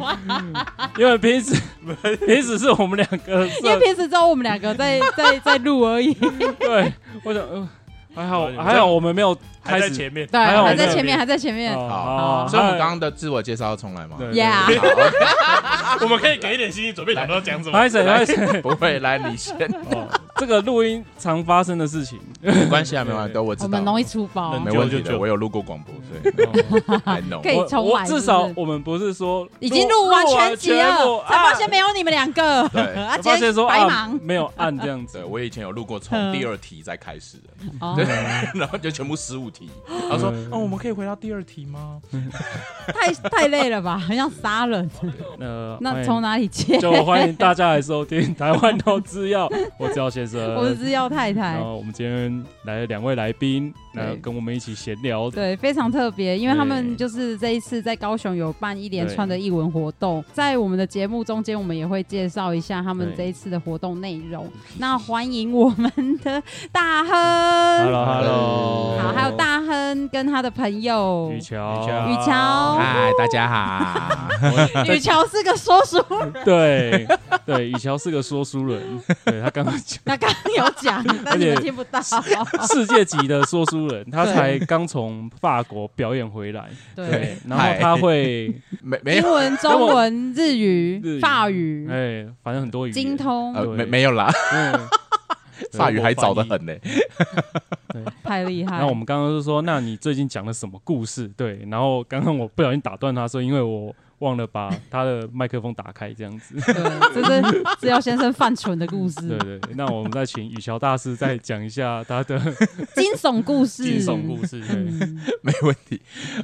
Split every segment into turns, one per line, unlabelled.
因为平时平时是我们两个
因为
设
平时只有我们两个在在 在录而已，
对，我想、呃、还好
哦你们
还好我们没有
还
开
在
始
前面，
对，
还好
还
我
在
们
前面，
有
还在前面
哦
好
好
所以我们刚刚的自我介绍要重来吗？
对
，Yeah，
好，OK，
我们可以给一点心理准备，想到讲什么。
拍谁拍谁？
不会，来你先，
哦 这个录音常发生的事情，
没关系啊，没关系，都我知道。
我们容易出包
冷，
没问题
就就
的，我有录过广播，所以 I
可以
know。
我
重来
我
是不
至
是
少我们不是说
已经录完全集
录
了，
完全部
才发现
啊
没有你们两 个，
对
啊，
我发
今天
现说
白
啊
忙，
没有按这 样
对，
子，
我以前有录过从第二题再开始的，
哦
对，然后就全部十五题。他说：“哦，我们可以回到第二题吗
太太累了吧，很像杀 人，
呃，欢
那
迎
从哪里切？
就欢迎大家来收听《台湾投 资要》，我是姚先生，
我是药太太
然。后我们今天来了两位来宾，
对
来跟我们一起闲聊。
对，非常特别，因为他们
对
就是这一次在高雄有办一连
对
串的艺文活动，在我们的节目中间，我们也会介绍一下他们
对
这一次的活动内容。那欢迎我们的大亨，
Hello Hello，
好，还有大亨跟他的朋友
雨
雨
乔，
乔
雨乔，
嗨，哎大家好。
雨乔是个说书人，
对对，雨乔是个说书 人，对他刚刚讲
他刚刚有 讲，但你
而
们
且
听不到。
世界级的说书人，他
哦对
才刚从法国表演回来，
对，
然后他会
没没
英
有
文、中文、日
日
语、
语
法语、
哎，反正很多语言
嗯精，通，
呃
对
没没有啦，
嗯
法语还早得。很呢。
太厉害
然后。我们刚刚就说，那你最近讲了什么故事？对，然后刚刚我不小心打断他，说因为我忘了把他的麦克风打开，这样
嗯
子。
对，这是只有先生犯蠢的故
对
事，
对，对那我们再请雨乔大师再讲一下他的
嗯惊悚故事，
惊悚故事，
对
嗯
没问题。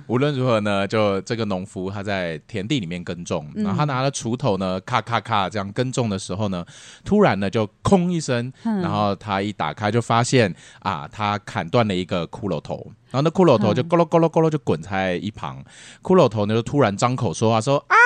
无论如何呢，就这个农夫他在田地里面耕种，
嗯
然后他拿了锄头呢，咔咔咔这样耕种的时候呢，突然呢就空一声，
嗯
然后他一打开就发现啊，他砍断了一个骷髅头，然后那骷髅头就咕噜咕噜咕噜就滚在一旁，骷髅头呢就突然张口说话说啊。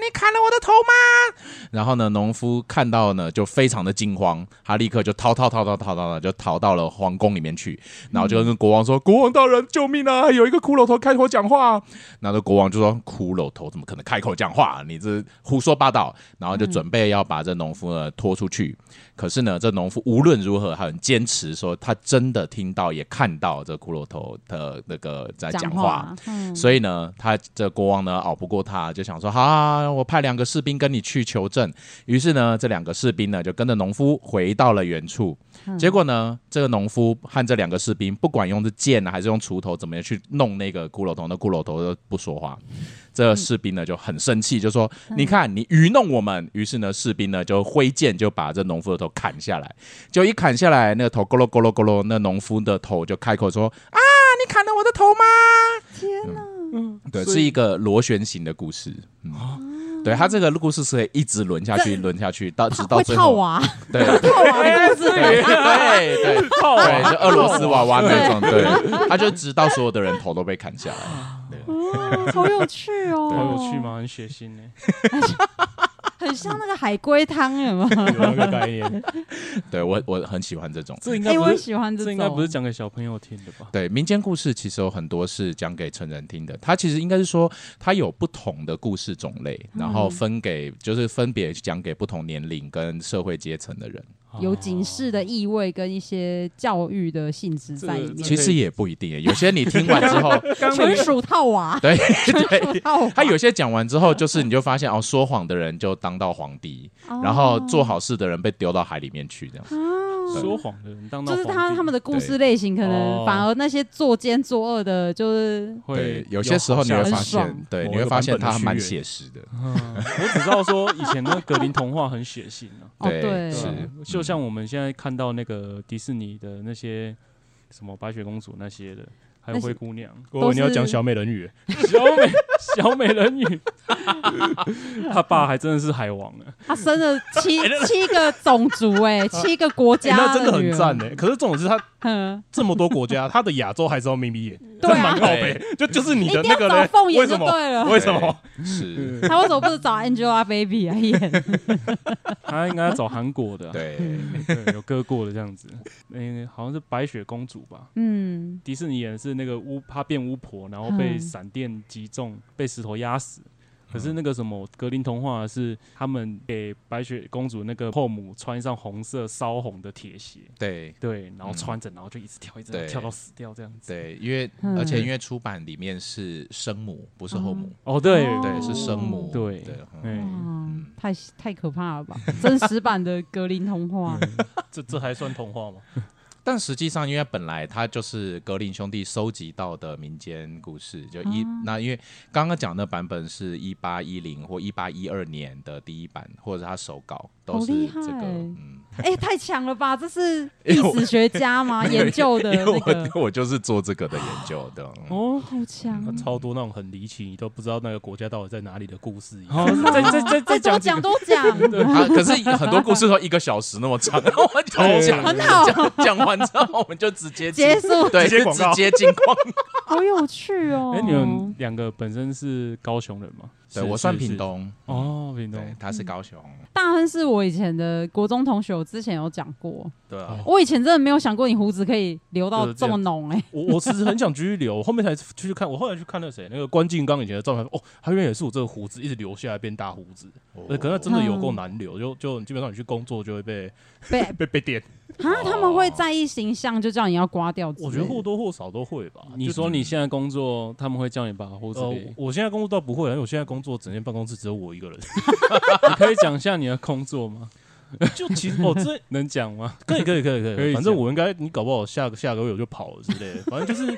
你砍了我的头吗？然后呢，农夫看到呢，就非常的惊慌，他立刻就逃逃逃逃逃逃逃，就逃到了皇宫里面去。然后就跟国王说：“国王大人，救命啊！有一个骷髅头开口讲话。”啊然后国王就说：“骷髅头怎么可能开口讲话？啊你这胡说八道！”然后就准备要把这农夫呢拖出去。可是呢，这农夫无论如何他很坚持说，他真的听到也看到这骷髅头的那个在讲话。，
嗯
所以呢，他这国王呢熬不过他，就想说：“好、啊，我派两个士兵跟你去求证。”于是呢，这两个士兵呢就跟着农夫回到了原处。结果呢，这个农夫和这两个士兵，不管用的剑啊，还是用锄头，怎么样去弄那个骷髅头，那骷髅头都不说话。这士兵呢就很生气，就说：“你看，你愚弄我们！”于是呢，士兵呢就挥剑就把这农夫的头砍下来。就一砍下来，那个头咕噜咕噜咕噜，那农夫的头就开口说：“啊，你砍了我的头吗？”嗯
天哪，
对，
嗯所以啊
是一个螺旋形的故事。嗯，对，它这个故事是可以一直轮下去，轮下去到直
他
到
会
最
套
后。
娃，
对
套娃的故事，
对对对
套
对，
娃
就俄罗斯娃娃那种，对，它就直到所有的人头都被砍下来。
哦好有趣 哦，
好有趣？吗？很血腥呢。
很像那个海龟汤，有吗？
有那个 概念，
对我我很喜欢这种。
这应该
哎，我
不
也
是，
喜欢
这
种，
应该不是讲给小朋友听的吧？
对民间故事，其实有很多是讲给成人听的。它其实应该是说，它有不同的故事种类，然后分给就是分别讲给不同年龄跟社会阶层的人。
有警示的意味跟一些教育的性质在里
这
面，
其实也不一定，有些你听完之后，
纯属套 娃，
对对，
套娃
他有些讲完之后，就是你就发现哦，说谎的人就当到皇帝，
哦
然后做好事的人被丢到海里面去，这样。
啊
说谎的人当到
就是他
皇帝
他们的故事类型，可能
哦
反而那些作奸作恶的，就是
会
对，有些时候你会
好
发
很爽
现，对，
某
你
一
会
个
发
版
现
本的
他还
屈
蛮
原
写实的。
像嗯 我只知道说以前那格林童话很血腥啊。
哦
对
对，
是
对啊就像我们现在看到那个迪士尼的那些什么白雪公主那些的，还有
那些
灰姑娘、
我你要讲小美人鱼，
小美 小美人鱼，他爸还真的是海王啊！
哦
他生了 七七个种族，哎，七个国
哎
家，
那真的很赞
的。
呢。可是重点是他
嗯，
这么多国家，他的亚洲还是要眯眯眼，
对
这
啊
蛮靠北。就就是你
一
的
定
那个
要
嘞
找凤
为
眼就
什么？
对了。
为什么？
是，
他为什么不是找 Angelababy 来 演？
他应该找韩国的啊、
对，
嗯
对，有割过的这样子。嗯、好像是白雪公主吧？
嗯，
迪士尼演的是那个巫，她变巫婆，然后被
嗯
闪电击中，被石头压死。可
嗯
是那个什么格林童话是他们给白雪公主那个后母穿上红色烧红的铁鞋，
对
对，然后
嗯
穿着，然后就一直跳，一直
对
跳，跳到死掉这样子。
对，因为
嗯
而且因为出版里面是生母，不是后母，
哦，对
哦
对，是生母，
对
对，嗯
哎，
哇，太太可怕了吧！真实版的格林童 话，
这这还算童话吗？
但实际上，因为本来它就是格林兄弟收集到的民间故事，就一、
哦
那因为刚刚讲的版本是一八一零或一八一二年的第一版，或者是他手稿都
好
是
厉害
这个，嗯，
哎，太强了吧！这是历史学家 吗？研究 的
因为
那
我、
个，
我就是做这个的研究的，嗯
哦，
好强哦！
超多那种很离奇，你都不知道那个国家到底在哪里的故事一样。
好，再再再
哎
再
多
讲
讲
几个
多讲，
啊，可是很多故事都一个小时那么长，然后我就讲
很好，
讲讲完之后，我们就直接进
结束，
对，
直接
就
广
直
告
接进 广告。
好有趣哦！
哎，你们两个本身是高雄人吗？是
对我算
是
屏
是
东，
哦，屏
对
东，
他
嗯
是高雄，
大亨是我以前的国中同学，我之前有讲过。
对啊，
我以前真的没有想过你胡子可以留到这么浓哎、
我我其实很想继续留，我后面才去看，我后来去看那个谁，那个关敬刚以前的照片，哦，他原来也是我这个胡子一直留下来变大胡子，呃，可
哦
能真的
嗯
有够难留，就就基本上你去工作就会被
被
被被电，
啊，他们会在意形象，就叫你要刮掉之类
我
的。
觉得或多或少都会吧。
你说你现在工作，他们会叫你把胡子
哦
呃
给，
我现在工作倒不会，因为我现在工作整间办公室只有我一 个人，
你可以讲一下你的工作吗？
就其实哦，这
能讲吗？
可以可以可以可以，
可以
反正
讲
我应该你搞不好下个下个月我就跑了之类 的，反正就是。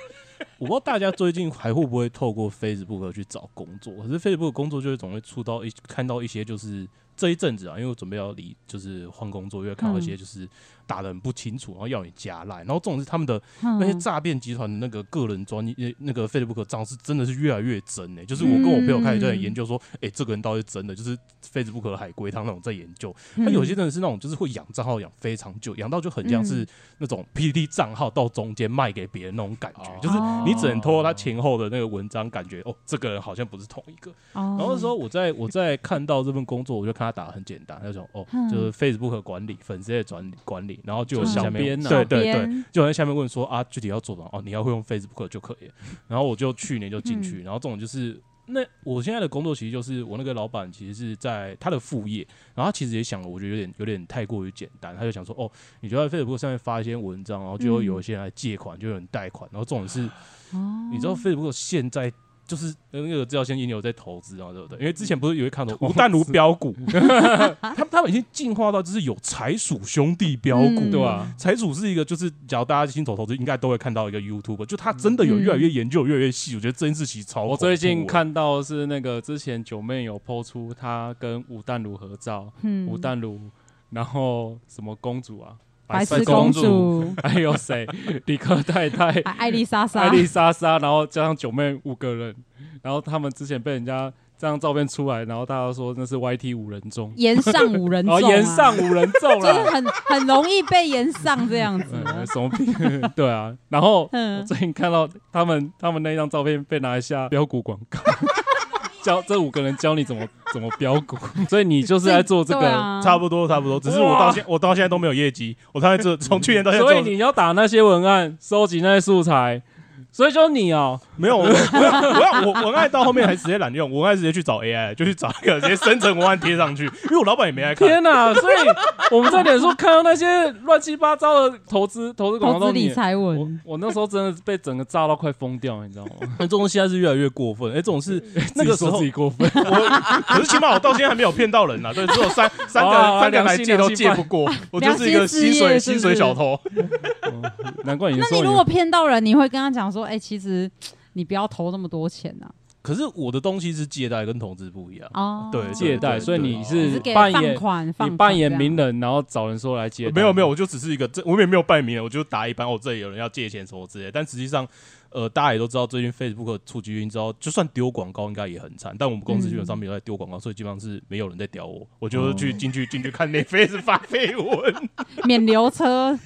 我不知道大家最近还会不会透过 Facebook 去找工作，可是 Facebook 的工作就是总会触到一看到一些就是这一阵子啊，因为我准备要离就是换工作，因为看到
嗯
一些就是打的很不清楚，然后要你加赖，然后这种是他们的那些
嗯
诈骗集团的那个个人专业呃那个 Facebook 账是真的是越来越真诶、就是我跟我朋友开始在
嗯
研究说，诶，这个人到底是真的，就是 Facebook 的海龟汤那种在研究，他
嗯
有些真的是那种就是会养账号养非常久，养到就很像是
嗯
那种 PPT 账号到中间卖给别人那种感觉，
哦
就是你只能透过他
哦
前后的那个文章，感觉哦，这个人好像不是同一个。
哦
然后那时候我在我在看到这份工作，我就看他打得很简单，那种哦，
嗯
就是 Facebook 管理、粉丝页管理管理，然后就有
就是
下
小
面
编啊
对
小
对对，
边
就有人在下面问说啊，具体要做什么？哦，你要会用 Facebook 就可以了。然后我就去年就进
嗯
去，然后这种就是那我现在的工作其实就是我那个老板其实是在他的副业，然后他其实也想了，我觉得有点有点太过于简单，他就想说哦，你就在 Facebook 上面发一些文章，然后就会有一些人来借款，就有人贷款，然后这种是
嗯哦
你知道 Facebook 现在就是那个资料先也有在投资啊，对不对？因为之前不是有一看到吴淡如标股， 他他们已经进化到就是有财鼠兄弟标股，
嗯
对吧？
财鼠是一个，就是只要大家新手投资，应该都会看到一个 YouTube，就他真的有越来越研究越来越细，我觉得这件事情超。
嗯我最近，看到是那个之前九妹有抛出她跟吴淡如合照，
嗯
吴淡如，然后什么公主啊，
白
色
痴公
主，
主，
还有谁，理科太太、
啊 艾丽莎莎，
艾丽莎莎，然后加上九妹五个人，然后他们之前被人家这张照片出来，然后大家说那是 YT 五人中，
岩上五人
然
众、
后
啊，
延哦上五人众
就是
啦，
很很容易被延上这样子。啊
嗯，什么屁？对啊，然后我
嗯，
最近看到他们他们那张照片被拿来下标股广 告，教这五个人教你怎么怎么标股，所以你就是在做这
对
个，
啊、
差不多差不多，只是我到现我到现在都没有业绩，我到现 在这从去年到现在
所以
哎这种，
你要打那些文案，收集那些素材，所以就你 哦，
没有我我我我文案到后面还直接懒用，文案直接去找 AI，就去找一个直接生成文案贴上去，因为我老板也没来看。
天哪！所以我们在脸书看到那些乱七八糟的投资投资广告
投
都
资
是你
理财
我
文，
我那时候真的被整个炸到快疯掉，你知道 吗？
这种现在是越来越过分，哎、这 种是那个
自己
时
说
候
自，己过分，
我可是起码我到现在还没有骗到人啊呐、对，只有三三个
哦
三个人来
良心
借都
良心
借
办
不过，我就是一个
良心事
薪
业
水
是不
薪水
是
小偷。
难怪你
那
说
你
你
如果骗到人，你会跟他讲说，哎、其实你不要投那么多钱啊呐、
可是我的东西是借贷，跟投资不一样。
哦，
对
借贷，
对
所以你
只
是
哦是给
扮
放
演
款，放
你
款
扮演
这样
名人，然后找人说来接，
没有没有，，我就只是一个这，我也没有拜名啊人，我就打一般，我、这里有人要借钱什么之类的。但实际上，呃，大家也都知道，最近 Facebook 触及率，你知道，就算丢广告应该也很惨。但我们公司基本上没有在丢广告，所以基本上是没有人在屌我，我就是去进去进去看那 Face 发绯闻，
免流车，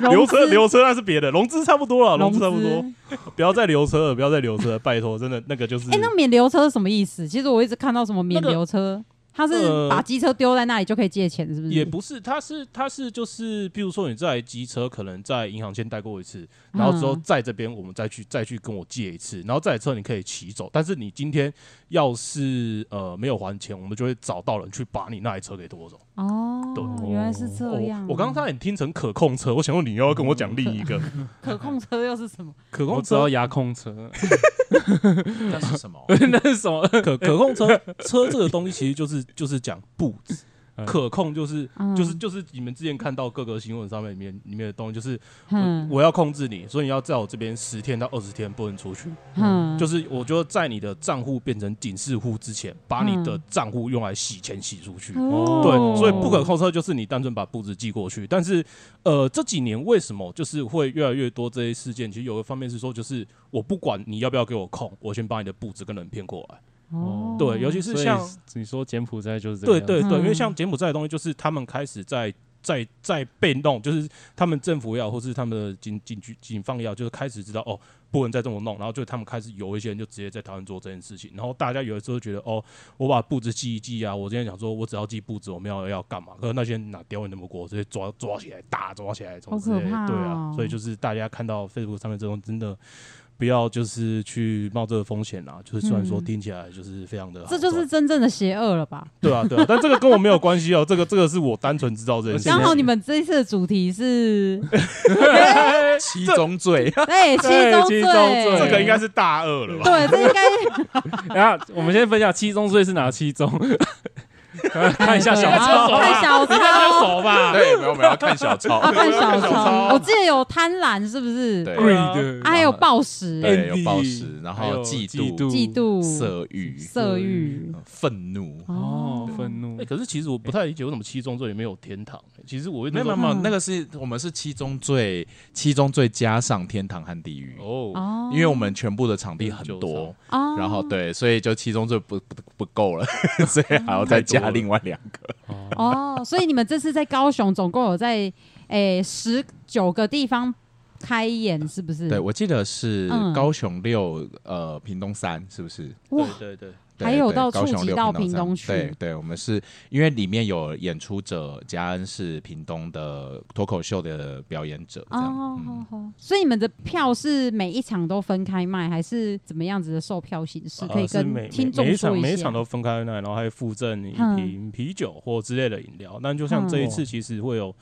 留
融
车
资
留车那是别的，融资差不多了，
融
融资
资
差不多，不要再留车
哎
了，不要再留车了，拜托，真的那个就是
哎、那免流车是什么意思？其实我一直看到什么免流车，他是
呃
把机车丢在那里就可以借钱，是不是？
也不是，他是他是就是，比如说你这台机车可能在银行先贷过一次，然后之后
嗯
在这边我们再去再去跟我借一次，然后这台车你可以骑走，但是你今天要是呃没有还钱，我们就会找到人去把你那台车给夺走。
哦
对，
原来是这
哦
样。啊
我刚刚差点听成可控车，我想问你又要跟我讲另一个
可控车又是什么？
可
我
控
知道
车，
遥控车，
那是 什么？
那是什么？
可可控车 车这个东西其实就是就是讲步子
嗯。
可控就是
嗯
就是就是你们之前看到各个新闻上面里面里面的东西，就是我
嗯哼
我要控制你，所以你要在我这边十天到二十天不能出去。
哼，
嗯就是我就在你的账户变成警示户之前，把你的账户用来洗钱洗出
嗯
去。
哦
对，所以不可控车就是你单纯把步子寄过去。但是，呃，这几年为什么就是会越来越多这些事件？其实有个方面是说，就是我不管你要不要给我控，我先把你的步子跟人骗过来。
哦
对，尤其是
所以
像
你说柬埔寨就是这个
对
样子
对对，
嗯
因为像柬埔寨的东西，就是他们开始在在在被弄，就是他们政府要，或是他们的警警局警方要，就是开始知道哦，不能再这么弄，然后就他们开始有一些人就直接在台湾做这件事情，然后大家有的时候觉得哦，我把布置记一记啊，我今天想说我只要记布置，我们要要干嘛？可是那些人哪刁你那么过，直接抓抓起来打，抓起来什么之类
好可
的，
怕哦
对啊，所以就是大家看到 Facebook 上面这种真的。不要就是去冒这个风险啦，就是虽然说
嗯
听起来就是非常的好
这
赚，
就是真正的邪恶了吧？
对啊，对啊，但这个跟我没有关系哦，这个这个是我单纯知道这件事情。
刚好你们这一次的主题是
七宗罪，
对哎七宗
七
罪，
宗罪
这个应该是大二了吧？
对，这应该
然后我们先分享七宗罪是哪七宗，看一下小抄啊
对看小抄
看手吧，
对，没有没有要看小抄
啊，，看小
小
抄，
抄
我记得有贪婪，是不是？
对
对的
啊，还有暴食、
对有暴食然后嫉妒
嫉妒、
色欲、
色欲。
嗯愤怒。
哦，愤怒
哎、。可是其实我不太理解为什么七宗罪里面有天堂、其实我
没有没有
嗯
没有，那个是我们是七宗罪，七宗罪加上天堂和地狱，
哦，
哦，
因为我们全部的场地很多
九，
哦，
然后对，所以就七宗罪不不不够 了，所以还要再加另外两个。
哦，所以你们这次在高雄总共有在诶十九个地方开演，是不是？
对，我记得是
嗯
高雄六，呃，屏东三，是不是？
哇，
对对对，
对
还有
对
到
高
触
雄
及
六
到
屏
屏东
东
去
三对对，我们是因为里面有演出者，嘉恩是屏东的脱口秀的表演者，这
哦，
样。
好
嗯
好好所以你们的票是每一场都分开卖，还是怎么样子的售票形式？可以
呃是每
跟听
每
众
一场
说
每一
下
场。都分开那，然后还附赠一
嗯
瓶啤酒或之类的饮料。那就像这一次，其实会有。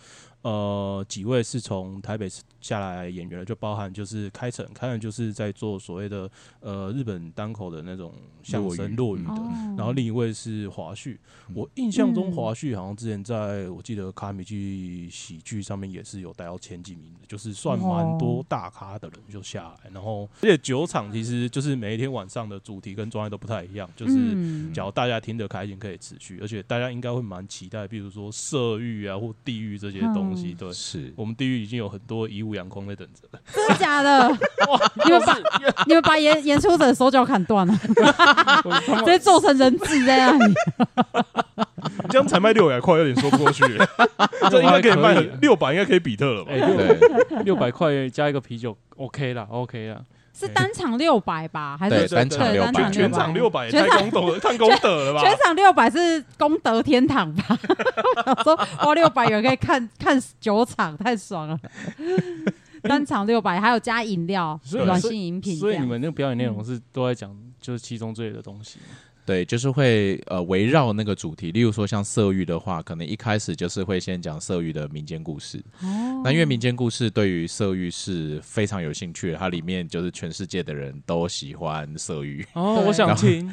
呃，几位是从台北下来的演员，就包含就是开城，开城就是在做所谓的呃日本单口的那种相声落
落语
语
嗯
的，
哦
然后另一位是华旭，
嗯
我印象中
嗯
华旭好像之前在我记得卡米剧喜剧上面也是有待到前几名的，就是算蛮多大咖的人就下来，然后而且酒厂其实就是每一天晚上的主题跟专业都不太一样，就是
嗯
只要大家听得开心可以持续，而且大家应该会蛮期待，比如说色欲啊或地狱这些东西，
嗯
对。
是
我们地狱已经有很多以武扬空在等着了，
真的假的？你们把 你们把演演出者的手脚砍断了，直接做成人质在那里。
这样才卖六百块有点说不 过去，这应该可以卖六百，应该可以比特了吧？
哎，六
对
六百块加一个啤酒，OK 啦，OK 啦。
是单场六百吧？还
对，
是
对
单
对
场
对
六
单
百
场，
全
600
场六百也
全场
太功德了，太功德了吧？
全场六百是功德天堂吧？ 我想说花六百元可以看看九场，太爽了。单场六百，还有加饮料、
所以
软性饮品这
所以
样，
你们那个表演内容是都在讲就是七宗罪的东西，
对，就是会呃围绕那个主题，例如说像色欲的话，可能一开始就是会先讲色欲的民间故事。
哦
那因为民间故事对于色欲是非常有兴趣的，它里面就是全世界的人都喜欢色欲，
哦，
对
我想听。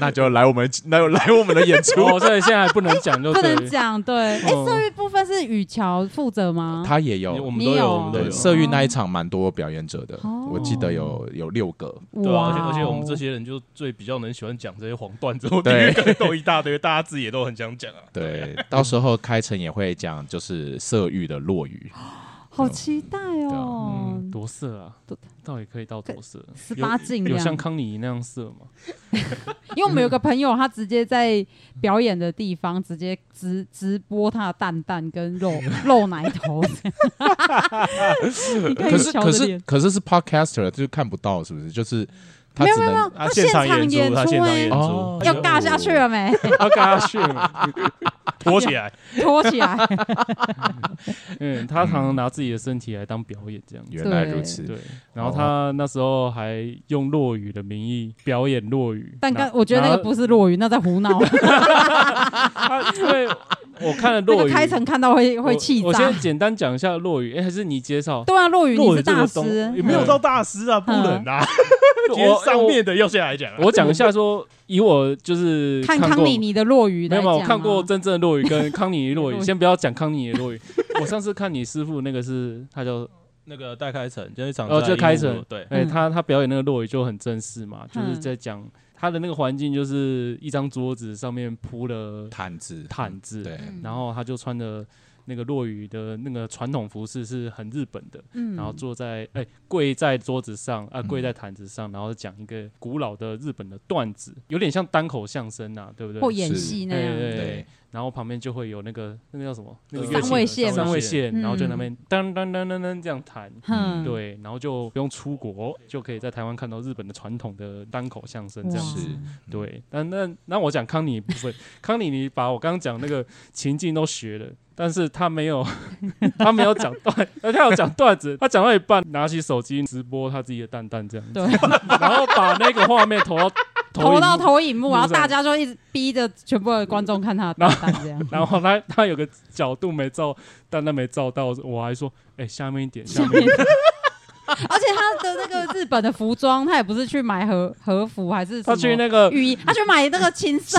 那就来我们那就来我们的演 出。
哦，所以现在还不能讲，就
不
对了。
能讲对。哎，
哦
色欲部分是雨乔负责吗？
他也有，
我
你
们都
有
有，我们都
对
有。
色欲那一场蛮多表演者的，
哦
我记得有有六个。
对啊，而且
哇
而且我们
哦
这些人就最比较能喜欢讲这些黄段子，我
对
地狱都一大堆，大家自己也都很想讲啊。
对， 到时候开城也会讲就是色欲的落雨，
好期待
对啊
哦
嗯，，多色啊
多，
到底可以到多色？啊
十八禁这
有像
样。
康妮那样色 吗？
因为我们有个朋友，他直接在表演的地方直接直直播他的蛋蛋跟肉肉奶头，你可
可
以
是
瞧
可
着
是
脸。
可是是 podcaster 就是看不到，是不是？就是他
没有
只
没有没有
能，
他啊
他
现场演
演
出，他现场演
哎，
出
哦
要尬下去了没？
要尬炫了。
拖起来，
拖起来，
嗯，他常常拿自己的身体来当表演这样子。
原来如
嗯
此，哦
对，然后他那时候还用落语的名义表演落语，
但
那
刚我觉得那个不是落雨，那在胡闹。
他因为我看
那
了落
个
雨
开城看到会会
我
气
我
炸
先。简单讲一下落雨，哎，还是你介绍？
对啊，落雨你
落
是
雨这
大
个
师
东，也没有到大师啊，不
嗯
能啊。今天
我
上面的要下来讲啊，
我讲一下说，以我就是
看
过
康妮妮的落雨
没
来
有
讲哦吗，
没有，我看过真正的落雨 跟康妮妮落
落
雨，
雨
先不要讲康妮妮落雨。 我上次看你师傅那个是，他叫
那个戴开成，就是场
哦这开成
对，
哎、
嗯
他他表演那个落雨就很正式嘛，就是
嗯
在讲他的那个环境，就是一张桌子上面铺了
毯子，
毯子，
对，
嗯，
然后他就穿着那个落雨的那个传统服饰，是很日本的，
嗯
然后坐在哎、跪在桌子上啊，
嗯
跪在毯子上，然后讲一个古老的日本的段子，有点像单口相声啊，对不对？
或演戏那
对对
样，
对，
然后旁边就会有那个那个叫什么？那个
呃
乐器
三味线
三
嘛
味线，
嗯
然后就那边噔噔噔噔噔这样弹。
嗯，
对，然后就不用出国，就可以在台湾看到日本的传统的单口相声这样
哇
子。
是
对，那那那我讲康妮部分， 康妮你把我刚刚讲那个情境都学了，但是他没有 他没有讲段，而他有讲段子，他讲到一半拿起手机直播他自己的蛋 蛋这样子，
对，
然后把那个画面投 到投
投
影
到
幕
投影幕，
幕
然后
上
大家就一直逼着全部的观众看他的
然
蛋蛋这样。
然后他他有个角度没照，蛋蛋没照到，我还说，哎、下面一点，下
下
面一
面
点。
而且他的那个日本的服装，他也不是去买和 和服，还是什
他
么
去那个
浴衣，他去买那个情色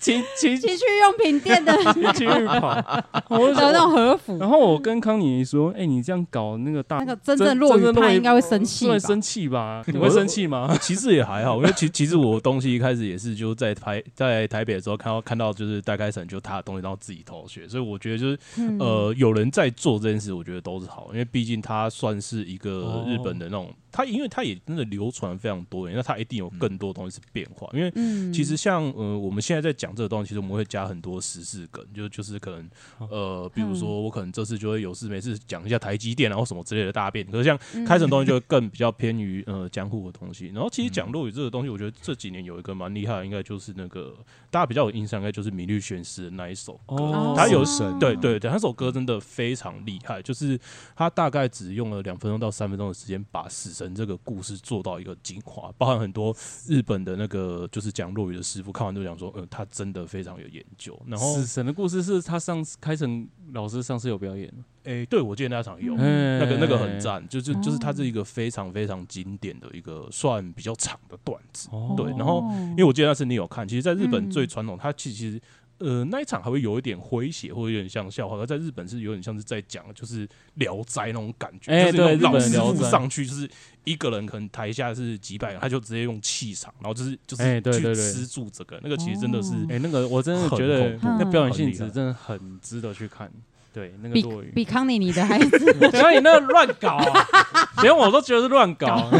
情情情
情趣用品店的的
情欲跑，我就
那
说，
种和服。
然后我跟康妮说，哎、你这样搞那个大
那个真正落雨派应该会生气吧
会？生气 吧？你会生气吗？
其实也还好，因为其其实我东西一开始也是就在台在台北的时候看到看到就是戴开成就他的东西，然后自己偷学，所以我觉得就是
嗯，
呃有人在做这件事，我觉得都是好，因为毕竟他算是一
哦
个日本的那种，他因为他也真的流传非常多年，那他一定有更多东西是变化，因为
嗯
其实像呃，我们现在在讲这个东西，其实我们会加很多时事梗，就就是可能
哦嗯
呃，比如说我可能这次就会有事没事讲一下台积电啊或什么之类的大便，可是像
嗯
开成东西就会更比较偏于呃江户的东西。然后其实讲
嗯
落语这个东西，我觉得这几年有一个蛮厉害的，应该就是那个大家比较有印象，应该就是米律玄师的那一首歌。
哦
他有
神
对对对，那首歌真的非常厉害，就是他大概只用了两分钟到三分钟的时间，把死神这个故事做到一个精华，包含很多日本的那个就是讲落语的师傅看完都讲说，呃，他真的非常有研究。然后
死，神的故事是他上次开成老师上次有表演，
诶、对我记得那场有。
嗯
那个那个很赞，就是就是
哦
它是一个非常非常经典的一个算比较长的段子，
哦
对，然后因为我记得那次你有看，其实，在日
嗯
本最传统，它其实呃那一场还会有一点诙谐，或有点像笑话，而在日本是有点像是在讲就是《聊斋》那种感觉，
哎
就是那
对
种
日
老
本
师
的聊
傅
斋
上去就是一个人，可能台下是几百人，他就直接用气场，然后就是就是
哎对对对
去吃住这个，那个其实真的是。
哎、那个我真的觉得
很恐
怖
那表演性
很
质
厉害
真的很值得去看。对，那个
比
落雨，
比康妮妮的还是
等一下你那个乱搞啊， 连我都觉得是乱搞。 啊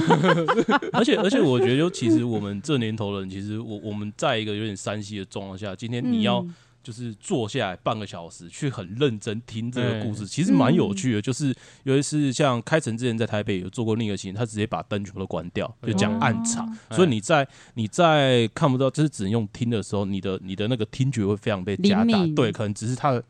而且而且，我觉得就其实我们这年头人，其实我我们在一个有点山西的状况下，今天你要
嗯
就是坐下来半个小时去很认真听这
对
个故事，其实蛮有
嗯
趣的。就是尤其是像开城之前在台北有做过另一个事情，他直接把灯全部都关掉，就讲暗场，
哦
所以你在你在看不到，就是只能用听的时候，你的你的那个听觉会非常被加
灵
大
敏，
对，可能只是它的。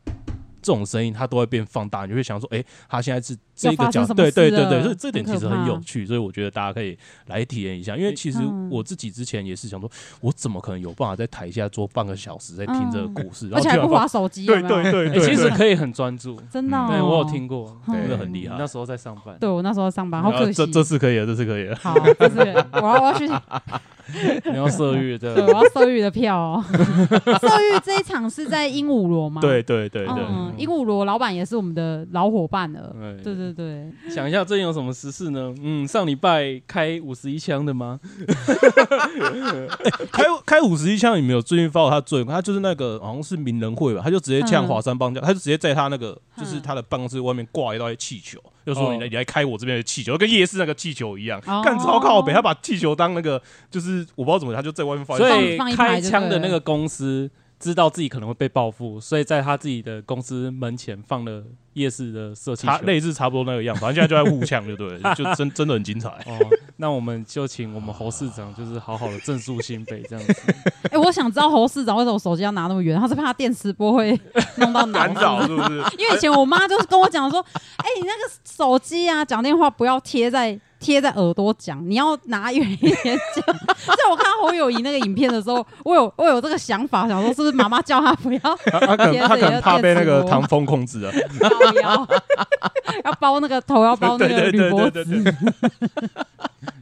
这种声音它都会变放大，你就会想说，哎、他现在是这
要
个
发生
角，
什么
对对
事
对对，
了
所以这点其实很有
很可怕
趣，所以我觉得大家可以来体验一下。因为其实
嗯
我自己之前也是想说，我怎么可能有办法在台下坐半个小时在听这个故事？然
而
后
且
居
还
然
不
发
划手机，有
对
没有
对对
哎、
对，
其实可以很专注。
真的哦，
对，我有听过，
嗯，
真的很厉害
那时候在上班。
对我那时候上班，好可
啊
惜。
这这是可以的，这是可以的。
好，这是我要我要去
你要色欲的
对，我啊要色欲的票 哦。色欲这一场是在鹦鹉螺吗？
对对对对，哎
嗯，鹦鹉螺老板也是我们的老伙伴了。
对
对对对，
想一下最近有什么时事呢？嗯，上礼拜开五十一枪的吗？
开开五十一枪，你没有最近 follow 他最，他就是那个好像是名人会吧，他就直接呛华山帮家，他就直接在他那个就是他的办公室外面挂一道气球，就说
哦
你来你来开我这边的气球，跟夜市那个气球一样，
哦
干超靠北，他把气球当那个就是我不知道怎么，他就在外面放一
所
个
以
放放一排
开
就对
枪的
了
那个公司知道自己可能会被报复，所以在他自己的公司门前放了夜市的射气
差
球。
类似差不多那个样，反正现在就在互呛，对不对？就真真的很精彩。
哦，那我们就请我们侯市长就是好好的正肃新北这样子。
哎、我想知道侯市长为什么手机要拿那么远，他是怕电磁波会弄 到脑
难
子。
找是不是？
因为以前我妈就是跟我讲说，哎、你那个手机啊，讲电话不要贴在贴在耳朵讲，你要拿远一点讲。在我看到侯友谊那个影片的时候，我有我有这个想法，想说是不是妈妈叫他不要
他他可
贴着
能他可
也
能
要
怕被那
电
个
磁波
唐风控制啊。
包腰， 要包那个头，要包那
对
个
对
铝
对
箔
对
纸
对。对。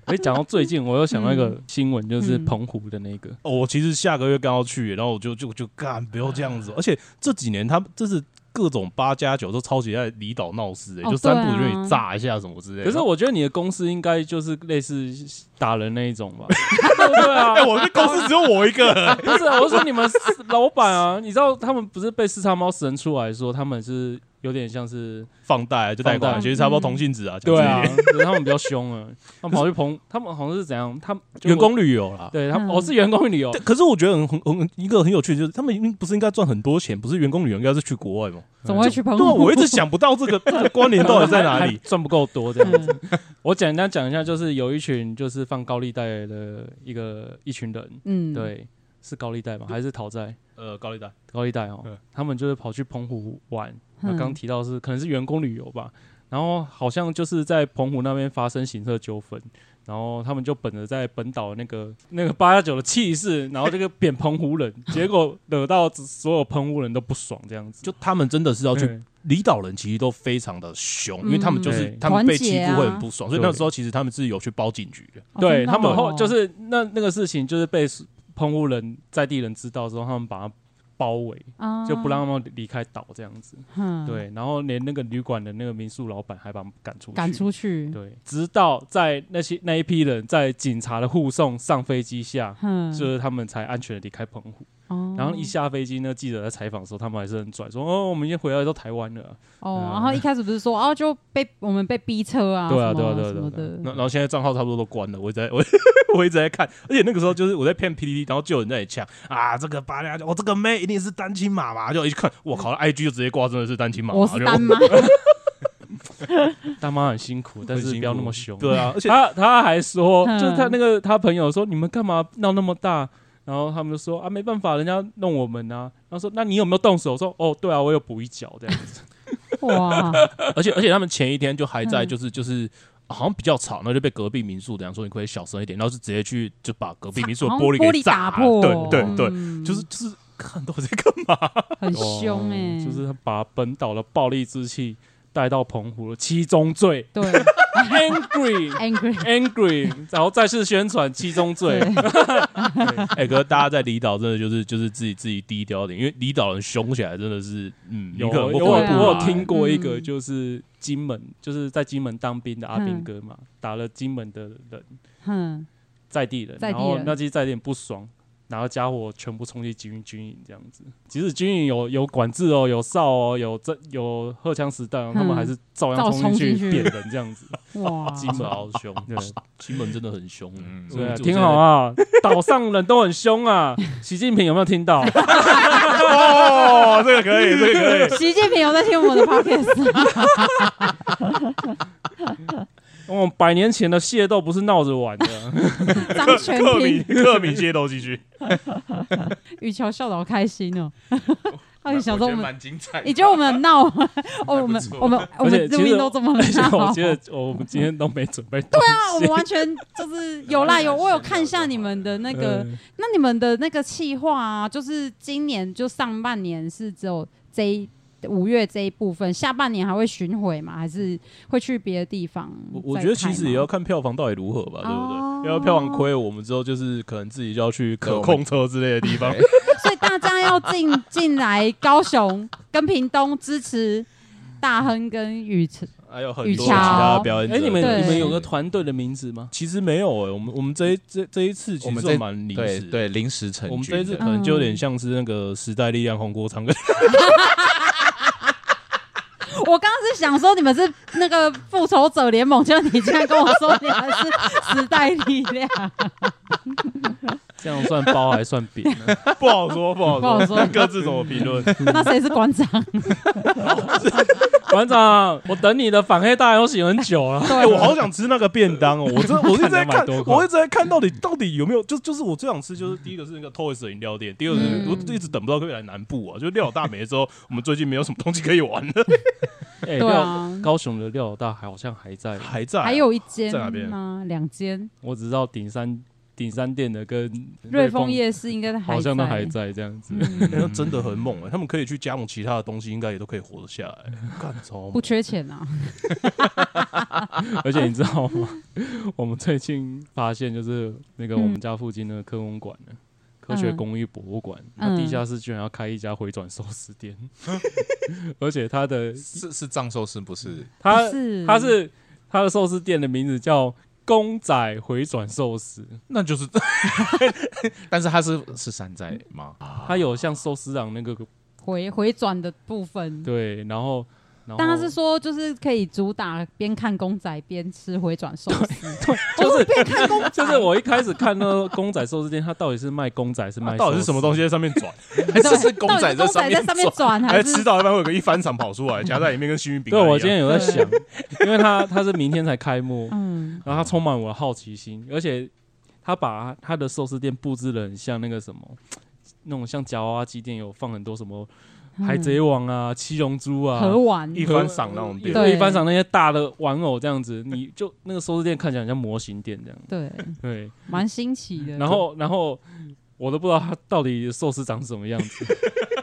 哎，讲到最近，我又想到一个新闻，就是
嗯
澎湖的那个，
哦我其实下个月刚要去，然后我就就就干，不要这样子。而且这几年他们这是各种八加九都超级爱离岛闹事的，
哦
就三
对啊
不五就你炸一下什么之类的。
可是我觉得你的公司应该就是类似打人那一种 吧？对啊
哎，，我这公司只有我一个，
不是、啊，我说你们老板啊，你知道他们不是被四叉猫神出来说他们是有点像是
放贷就贷
放贷
款，其实差不多同性质啊。讲
对
直
啊
接，
可是他们比较凶啊，他们跑去 澎，他们好像是怎样，他们
点员工旅游啦。
对他们
嗯
哦是员工旅游
但，可是我觉得很很很一个很有趣，就是他们应不是应该赚很多钱，不是员工旅游应该是去国 外吗？
怎么会去澎
对啊，
湖？
我一直想不到这个这个关联到底在哪
还
里。
赚不够多这样子。
嗯
我简单讲一下，就是有一群就是放高利贷的一个一群人，
嗯，
对，是高利贷吗？还是讨债？
呃，高利贷，
高利贷哦
嗯，
他们就是跑去澎湖玩。
嗯，
那刚刚提到是可能是员工旅游吧，然后好像就是在澎湖那边发生行车纠纷，然后他们就本着在本岛那个那个八加九的气势，然后这个贬澎湖人，结果惹到所有澎湖人都不爽，这样子。
就他们哦真的是要去
对
离岛人其实都非常的凶，因为他们就是
嗯
他们被
团
欺
结啊
负会很不爽，所以那
对
时候其实他们是有去报警局的。
哦
对
真的
他们
哦
后就是那那个事情就是被澎湖人在地人知道之后，他们把它包围，
啊
就不让他们离开岛这样子。
嗯
对，然后连那个旅馆的那个民宿老板还把他们赶出去。
赶出去，
对，直到在那些那一批人在警察的护送上飞机下，
嗯，
就是他们才安全的离开澎湖。
哦
然后一下飞机呢，记者在采访的时候，他们还是很拽，说：“哦，我们已经回来到台湾了。
哦
嗯，
然后一开始不是说哦就被我们被逼车啊，
对啊
什么
对啊对啊
什么
对啊
的，
那然后现在账号差不多都关了，我一直在我我一直在看，而且那个时候就是我在骗 PPT，然后就有人在那里呛啊，这个八加九，我这个妹一定是单亲妈妈，就一看，我
嗯
靠，IG 就直接挂真的是单亲妈妈，
我是
就
单 妈，
大妈很辛苦，但
很
是
辛
不要那
苦
么凶。”
对啊，而 且
他他还说，
嗯
就是他那个他朋友说，你们干嘛闹那么大？然后他们就说啊，没办法，人家弄我们啊。然后说，那你有没有动手？我说哦，对啊，我有补一脚这样子。
哇，
而且而且他们前一天就还在
嗯
就是就是。好像比较吵，然后就被隔壁民宿的人说你可不可以小声一点，然后就直接去就把隔壁民宿的
好像
玻璃
玻
给
璃
炸
打
了
破，
对对对，
嗯
就是就是看到底在干嘛？
很凶哎，
哦就是他把本岛的暴力之气带到澎湖了，七宗罪
对
，angry。
angry，
Angry，然后再次宣传七宗罪，
哎、可是大家在离岛真的就是就是自己自己低调一点，因为离岛人凶起来真的是，嗯，
有
你可能
我
不
有
管
我
对啊
有听过一个
嗯
就是金门，就是在金门当兵的阿兵哥嘛，打了金门的人，
嗯，
在地人，
在地
然后
人
那些在地人不爽，然后家伙全部冲进军营军营这样子。即使军营有有管制哦，有哨哦，有这有荷枪实弹哦、
嗯
他们还是
照
照样冲进
冲进去
扁人这样子。
哇，
金门
好 凶，
对，
金门真的很凶、欸
嗯
对啊，
我
挺好。啊，岛上人都很凶啊。习近平有没有听到？
哦，这个可以，这个 可以。
习近平有在听我们的 podcast，
我们百年前的械斗不是闹着玩的。
张全
克米
平、
克米街头继续，
雨乔笑得好开心 哦，他就想说我们。
蛮精彩
你觉得我们很闹吗？哦，我们我们我
而且
们
其
录
实
音都这么
而且
闹，
我觉得我们今天都没准备东
啊，我
西
们。完全就是有啦 有，我有看一下你们的那个，
嗯
那你们的那个企划啊，就是今年就上半年是只有这一五月这一部分，下半年还会巡回吗？还是会去别的地方再
我
拍吗？
我觉得其实也要看票房到底如何吧，对不
哦
对？要票房亏，我们之后就是可能自己就要去可控车之类的地方。
所以大家要进进来高雄跟屏东支持大亨跟雨辰，
还有很多
雨乔
其他的表演者。
哎，你们
对
你们有个团队的名字吗？
其实没有哎、我们我们这一这这一次
我
其
们
实
这
算蛮临
对
时的，
对，临时成
我们这一
军
次可
的。
能就有点像是那个时代力量红锅 唱歌，
我刚刚是想说你们是那个复仇者联盟，结果你竟然跟我说你们是时代力量，
这样算包还算饼呢？
不好说，不 好
不好说
说，各自怎么评论？
那谁是馆长？
馆长，我等你的反黑大游戏很久 了。
哎，我好想吃那个便当哦！我真的我一直在
看两百
看
多，块
我一直在看到底到底有没有，就就是我最想吃就是第一个是那个 Toys 的饮料店，第二个是
嗯
我一直等不到可以来南部啊，就廖老大没的时候，我们最近没有什么东西可以玩了，
对
哎，廖
啊，
高雄的廖老大好像还在，
还在啊
还有一间
在哪边
吗？两间，
我只知道顶山顶山店的跟
瑞丰夜市应该还
好像都
在
还在这样子。
嗯
那真的很猛哎、他们可以去加盟其他的东西，应该也都可以活得下来。欸干超
不缺钱 啊。
而且你知道吗？ 我们最近发现，就是那个我
嗯
们家附近的科工馆呢，科学公益博物馆，它地
嗯
下室居然要开一家回转寿司 店，而且它的
是是藏寿司不是？
它
是
它是它的寿司店的名字叫公仔回转寿司，
那就是， 但是它是是山寨吗？
它有像寿司郎那个
回回转的部分，
对，然后然后
但他是说就是可以主打边看公仔边吃回转寿司，
就是
边看公仔
就是我一开始看到公仔寿司店，它到底是卖公仔还是卖
它到底是什么东
西？
西在上面 转？
还
对
是是公仔
到底
在
是公
上
仔在
面
上
做
面？转
还
还
吃
是？
到一半会有个一翻肠跑出来，夹在里面跟幸运饼
对
干一样。
我今天有 在想，因为它它是明天才开幕，
嗯，
然后他充满我的好奇心，而且他把他的寿司店布置的很像那个什么，那种像夹娃娃机店有放很多什么海贼王啊、七龙珠啊、
合玩
嗯一翻赏那种店，
对
对一般上那些大的玩偶这样子，你就那个寿司店看起来很像模型店这样。
对，
对，
蛮新奇的。
然后然后我都不知道他到底寿司长什么样子，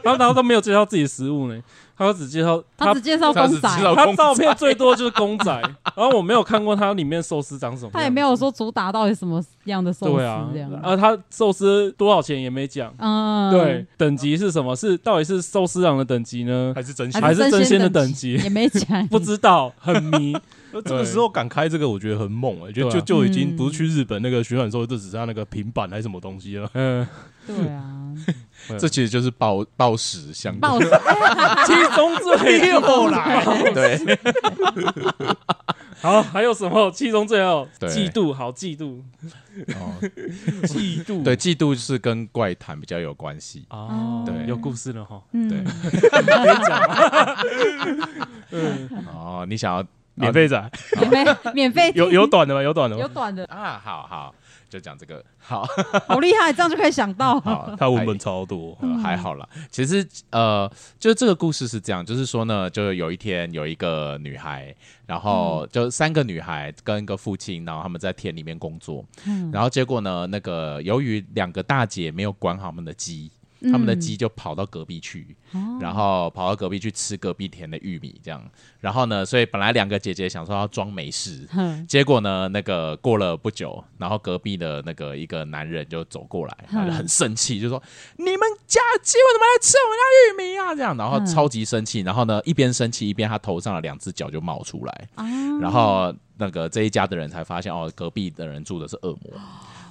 他然后都没有介绍自己的食物呢，他只介绍
他
他
只介绍
他
公
只知
仔，
道
他照片最多就是公仔，然后我没有看过他里面寿司长什么样子，
他也没有说主打到底什么样的寿司
对啊
这样。，
啊，他寿司多少钱也没讲。
嗯，
对，，等级是什么？是到底是寿司郎的等级呢，
还是真心。
还是真
鲜
鲜的
等
等级？
也没讲
，不知道，很迷。
呃这个时候敢开这个，我觉得很猛哎、就就
对啊
就已
嗯
经不是去日本那个旋转寿司，就只剩下那个平板还是什么东西了。
嗯，
对啊，
这其实就是暴暴食相 关。
报纸
七宗罪
又来，
对，
好，还有什么？七宗罪还有
对
嫉妒，好嫉妒，
哦，
嫉 妒，
对，嫉妒是跟怪谈比较有关系。
哦，
对
有故事了哈。
对
嗯，
哦，你想要
免费仔
免费免费
有有短的吗？有短的
有
吗？
短的，
啊？好好，就讲这个。好，
好厉害，这样就可以想到。
好，
他文
还
本超多，
呃，还好啦。其实呃，就是这个故事是这样，就是说呢，就有一天有一个女孩，然后就三个女孩跟一个父亲，然后他们在田里面工作，
嗯
然后结果呢，那个由于两个大姐没有管好他们的鸡。他们的鸡就跑到隔壁去，然后跑到隔壁去吃隔壁田的玉米，这样。然后呢，所以本来两个姐姐想说要装没事，
哼
结果呢，那个过了不久，然后隔壁的那个一个男人就走过来，他就很生气，就说：“你们家的鸡为什么来吃我们家玉米啊？”这样，然后超级生气，然后呢，一边生气一边他头上的两只脚就冒出来，然后那个这一家的人才发现哦，隔壁的人住的是恶魔。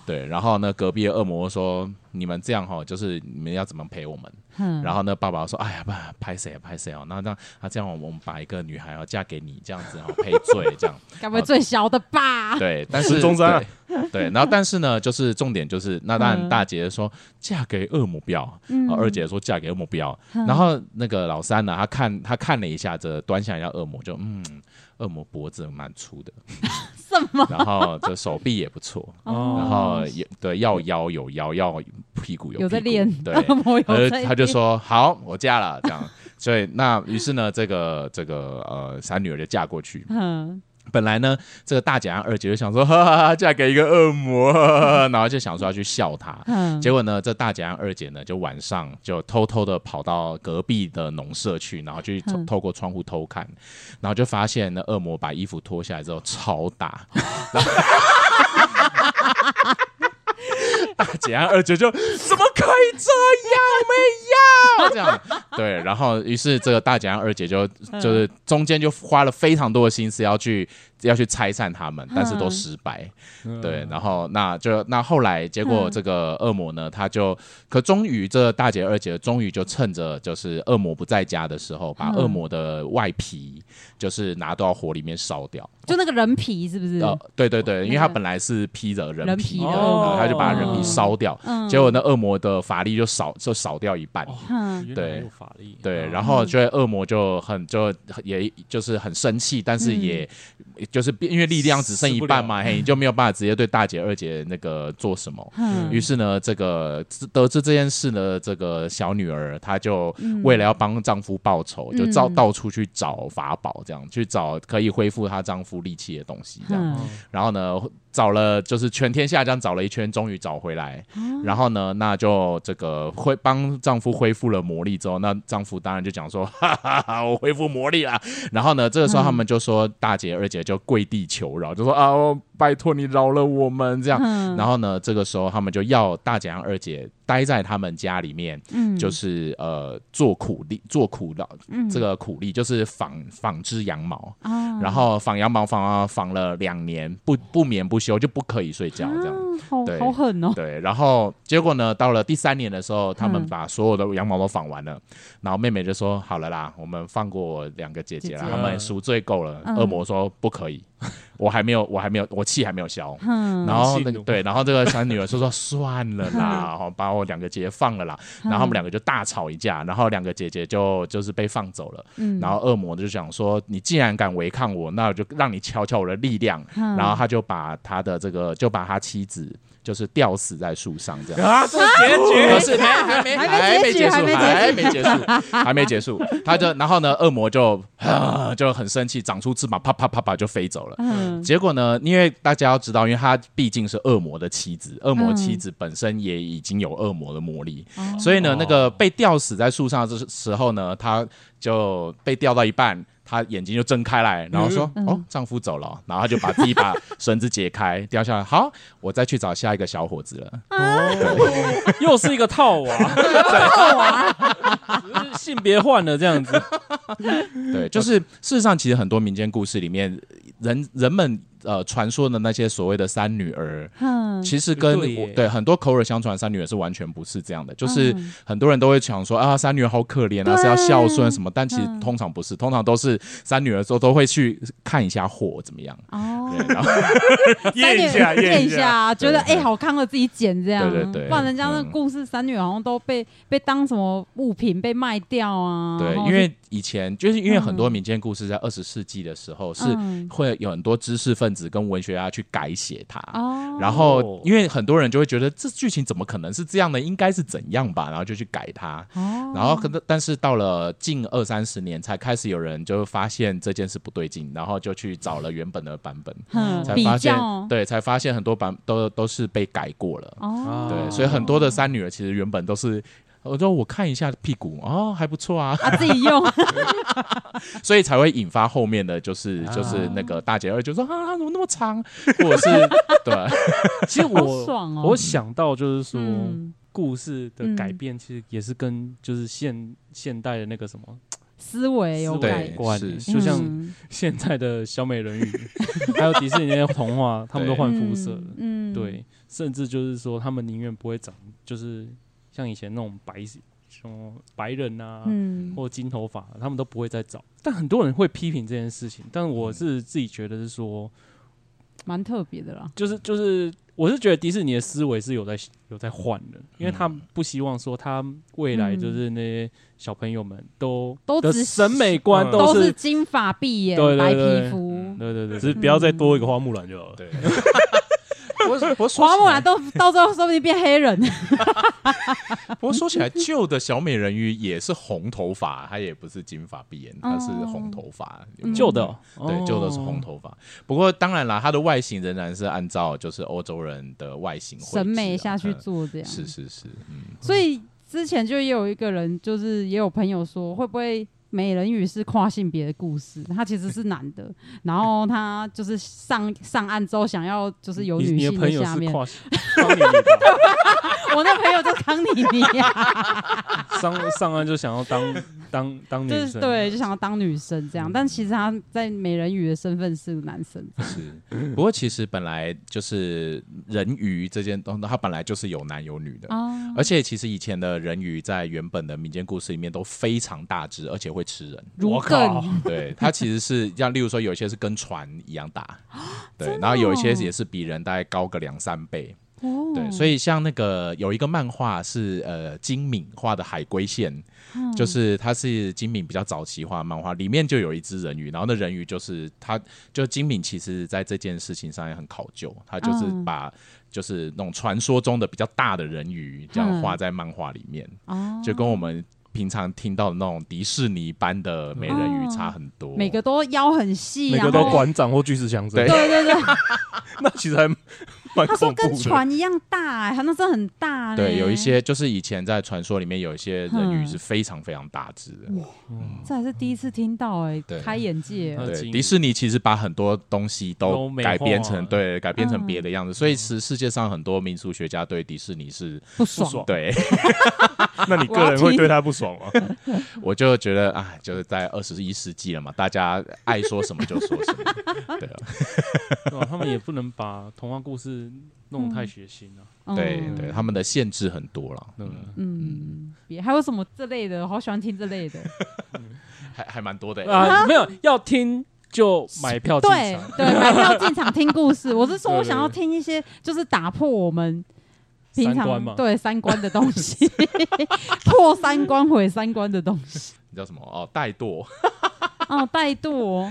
对，然后呢，隔壁的恶魔说：“你们这样哈、就是你们要怎么赔我们？”
哼
然后呢，爸爸说：“哎呀，爸，拍谁啊，拍谁哦、那那那这样，我们我们把一个女孩哦嫁给你，这样子哦，赔罪这样。”
该不会最小的吧？
对，但是
中山啊
对对，然后但是呢，就是重点就是，那当
嗯
然大姐说嫁给恶魔不要，然后二姐说嫁给恶魔不要，
嗯
然后那个老三呢，他看他看了一下这端详一下恶魔，就嗯，恶魔脖子蛮粗的，
什么？
然后这手臂也不错，
哦
然后也对要腰有腰，要屁股有
有在
屁股
练，
对，
恶魔
他
有
就
在
他就
练，
说好，我嫁了这样，所以那于是呢，这个这个呃三女儿就嫁过去，
嗯，
本来呢，这个大姐和二姐就想说，哈哈哈，嫁给一个恶魔，哈哈哈然后就想说要去笑她。
嗯
结果呢，这大姐和二姐呢，就晚上就偷偷的跑到隔壁的农舍去，然后去透
嗯
透过窗户偷看，然后就发现那恶魔把衣服脱下来之后超大， 然后大姐和二姐就 怎么可以这 样？没要这样， 对，然后于是这个大姐和二姐就
嗯
就是中间就花了非常多的心思要去要去拆散他们，但是
嗯
都失败。对，然后那就那后来结
嗯
果这个恶魔呢，他就可终于这大姐二姐终于就趁着就是
嗯
恶魔不在家的时候，把恶魔的外皮就是拿到火里面烧掉。
就那个人皮是不是？
呃，对对对，因为
那
他
个
本来是披着人
哦人皮
皮的，
的
然后他就把
哦
人皮烧掉，
嗯，
结果那恶魔的法力就少就少掉一半。
哦
嗯，
原来
对
有法力，
哦
对，然
后
后就会恶魔就很就也就是很生气，但
嗯
是也、就是因为力量只剩一半 嘛，嘿，你就没有办法直接对大姐二姐那个做什么。
嗯
于是呢，这个知得知这件事呢，这个小女儿她就为了要帮丈夫报仇，就到
嗯
到处去找法宝，这样去找可以恢复她丈夫力气的东西，这样。
嗯
然后呢，找了就是全天下这样找了一圈，终于找回来。然后呢，那就这个会帮丈夫恢复了魔力之后，那丈夫当然就讲说， 哈哈哈，我恢复魔力啦。然后呢，这个时候他们就说，大姐二姐就跪地求饶，就说啊，哦拜托你饶了我们这样。
嗯
然后呢，这个时候他们就要大姐和二姐待在他们家里面，
嗯
就是呃做苦力，做苦劳，这个苦力就是纺纺织羊毛，
啊，
然后仿羊毛仿啊仿了两年，不不眠不休，就不可以睡觉这样。
啊好
对
好狠哦，
对，然后结果呢，到了第三年的时候，他们
嗯
把所有的羊毛都仿完了，然后妹妹就说：“好了啦，我们放过我两个姐姐啦，
姐姐
她们赎罪够了。
嗯
恶魔说：“不可以，我还没有，我还没有，我气还没有消。”
嗯
然后那
气
个
怒
对，然后这个小女儿就说算了 啦，哦，把我两个姐姐放了啦。
嗯
然后他们两个就大吵一架，然后两个姐姐就就是被放走了。
嗯
然后恶魔就想说，你既然敢违抗我，那我就让你瞧瞧我的力量。
嗯
然后他就把他的这个，就把他妻子就是吊死在树上这样。
啊，这结局
可是没还没
还没结
结
局
束，还
还
没结束，还没结束。他就然后呢，恶魔就啊就很生气，长出翅膀，啪啪啪啪就飞走了。
嗯
结果呢，因为大家要知道，因为她毕竟是恶魔的妻子，恶魔
嗯
妻子本身也已经有恶魔的魔力，
哦
所以呢，那个被吊死在树上的时候呢，她就被吊到一半。她眼睛就睁开来，然后说：“
嗯
哦，丈夫走了。”然后她就把自己把绳子解开，掉下来。好，我再去找下一个小伙子了。
又是一个套娃， 只是性别换了这样 子，
嗯
对，就是事实上，其实很多民间故事里面，人人们呃传说的那些所谓的三女儿，
嗯
其实跟
对
我
耶
对很多口耳相传三女儿是完全不是这样的，就是
嗯
很多人都会想说啊，三女儿好可怜啊，
对
是要孝顺什么，但其实
嗯
通常不是，通常都是三女儿之后都会去看一下货怎么样，
哦
对，然后
三女验一下，觉得
对对
哎好看了自己剪这样，
对对对
不然人家那
嗯
故事三女好像都被被当什么物品被卖掉啊，
对
然，后
因为以前就是因为
嗯
很多民间故事在二十世纪的时候是
嗯
会有很多知识分子跟文学家去改写它，
哦，
然后因为很多人就会觉得这剧情怎么可能是这样呢？应该是怎样吧，然后就去改它。
哦
然后可能但是到了近二三十年才开始有人就发现这件事不对劲，然后就去找了原本的版本，
嗯
才
比
发现
较
对，才发现很多版都都是被改过了。
哦，
对，所以很多的三女儿其实原本都是。我就我看一下屁股哦，还不错啊，
啊自己用，
所以才会引发后面的就是就是那个大姐二就说啊，怎么那么长，或者 是对，
其实
好
我
爽哦，
我想到就是说，
嗯
故事的改变其实也是跟就是现现代的那个什么
思维有
思
对
维
改
有。关
是
欸，
是
就像
嗯
现在的小美人鱼，还有迪士尼那些童 话，他们都换肤色了，
嗯，嗯，
对，甚至就是说他们宁愿不会长，就是像以前那种白什么白人啊，
嗯，
或金头发，他们都不会再找。但很多人会批评这件事情，但
嗯
我是自己觉得是说，
蛮特别的啦，
就是就是，我是觉得迪士尼的思维是有在有在换的，因为他
嗯
不希望说他未来就是那些小朋友们都
嗯都
的
只
审美观
嗯
都
是嗯
是，
金发碧眼
对对
白
对嗯
皮肤，
对对对，
只是不要再多一个花木兰就好了。
对， 我
花
我说起
木
来
兰都到最后说不定变黑人，
不过说起来，旧的小美人鱼也是红头发，她也不是金发碧眼，她
哦
是红头发。有没有
旧的哦、
对，旧的是红头发。不过当然啦，她的外形仍然是按照就是欧洲人的外形绘制啊
审美下去
嗯
做这样，
是是是，嗯，
所以之前就也有一个人，就是也有朋友说，会不会美人鱼是跨性别的故事？他其实是男的，然后他就是上上岸之后想要就是有女
你你的
性
朋友
下
是
面，
跨性跨女吧？
我那朋友就康妮妮啊，
上上岸就想要当当当女
就是
生，啊嗯
对，就想要当女生这样，但其实他在美人鱼的身份是男生，
是，不过其实本来就是人鱼这件东，它本来就是有男有女的。
哦
而且其实以前的人鱼在原本的民间故事里面都非常大只，而且会吃人。
如
我靠
更
对，它其实是像，例如说有一些是跟船一样大，
哦
对，然后有一些也是比人大概高个两三倍，
哦，
对，所以像那个有一个漫画是呃金敏画的《海龟线》，
嗯
就是它是金敏比较早期画的漫画，里面就有一只人鱼，然后那人鱼就是它，就金敏其实在这件事情上也很考究，他就是
嗯
把就是那种传说中的比较大的人鱼这样画在漫画里面，
嗯哦
就跟我们。平常听到的那种迪士尼般的美人鱼
哦
差很多，
每个都腰很细，
每
然
个
后
都馆长或巨石强森
对，
对对对，
那其实还蛮
他说
恐
跟
怖的。
船一样大、欸，他那真的很大、欸。
对，有一，些就是以前在传说里面有一些人鱼
嗯
是非常非常大只的，
这还是第一次听到、欸，
对
开眼界了。
嗯
对，
经
迪士尼其实把很多东西
都
都
美化
改编成
了
对，改编成
嗯
别的样子，所以是世界上很多民俗学家对迪士尼是
不爽，
爽
对，
那你个人会对他不爽 吗？
我就觉得啊，就是在二十一世纪了嘛，大家爱说什么就说什么， 对啊
对吧他们也不能把童话故事弄得太血腥啊了、
嗯
对对，他们的限制很多了，
对不
嗯，
对？
嗯，别还有什么这类的，我好喜欢听这类的。
还还蛮多的欸，
啊，没有要听就买票进
对
场，
对，买票进场听故事。我是说，
对
我想要听一些就是打破我们平
三观嘛
常对三观的东西，破三观毁三观的东西。
你叫什么哦，怠惰，
哦，怠惰，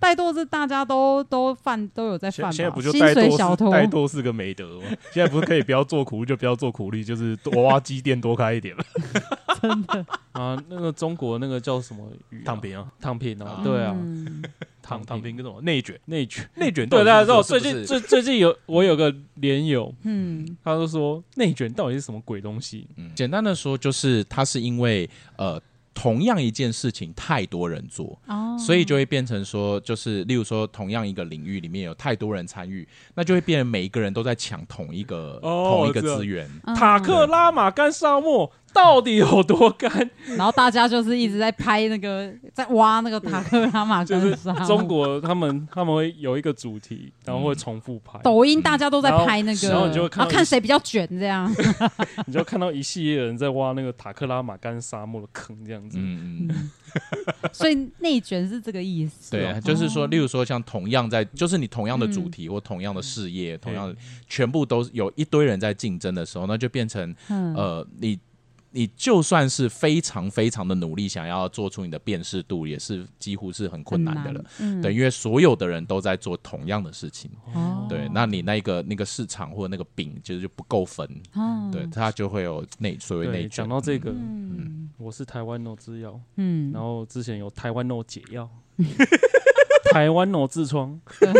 怠惰是大家都都犯都有在
现
犯吧？
现在不就
薪
怠惰
水
是
小偷？
怠惰是个美德吗？现在不是可以不要做苦力就不要做苦力，就是多娃娃机店多开一点了，
啊，那个中国那个叫什么鱼、啊？
躺平啊，
躺平哦，对啊，
嗯
躺
躺
平
平跟什么内卷
内卷。
内卷到
对，
底
大家知
是什么，
道
是不
最
是
近最最近有我有个连友，
嗯，
他就说内卷到底是什么鬼东西？
嗯，简单的说就是它是因为呃。同样一件事情，太多人做，
哦，
所以就会变成说，就是例如说，同样一个领域里面有太多人参与，那就会变成每一个人都在抢同一个、
哦
同一个
我知道
资源。
嗯
塔克拉玛干沙漠到底有多干？
然后大家就是一直在拍那个，在挖那个塔克拉玛
就
干
是
沙漠
中国他们他们会有一个主题，然后会重复拍，嗯
抖音大家都在拍那个，
然后你就会看
然
到
后看谁比较卷这 样。
你就看到一系列人在挖那个塔克拉玛干沙漠的坑这样子。
嗯嗯，嗯
嗯所以内卷是这个意思。
对啊，就是嗯说，例如说，像同样在，就是你同样的主题或同样的事业，同样的全部都有一堆人在竞争的时候，那就变成
嗯，
呃，你你就算是非常非常的努力，想要做出你的辨识度，也是几乎是很困难的了。
很难。嗯，
对，因为所有的人都在做同样的事情。
哦
对，那你那个那个市场或者那个饼，其实就不够分，
哦
对，它就会有内所谓内
对，
卷
讲。到这个，
嗯
我是台湾 no 制药，
嗯
然，后之前有台湾 no 解 药，台湾 no 痔疮，
嗯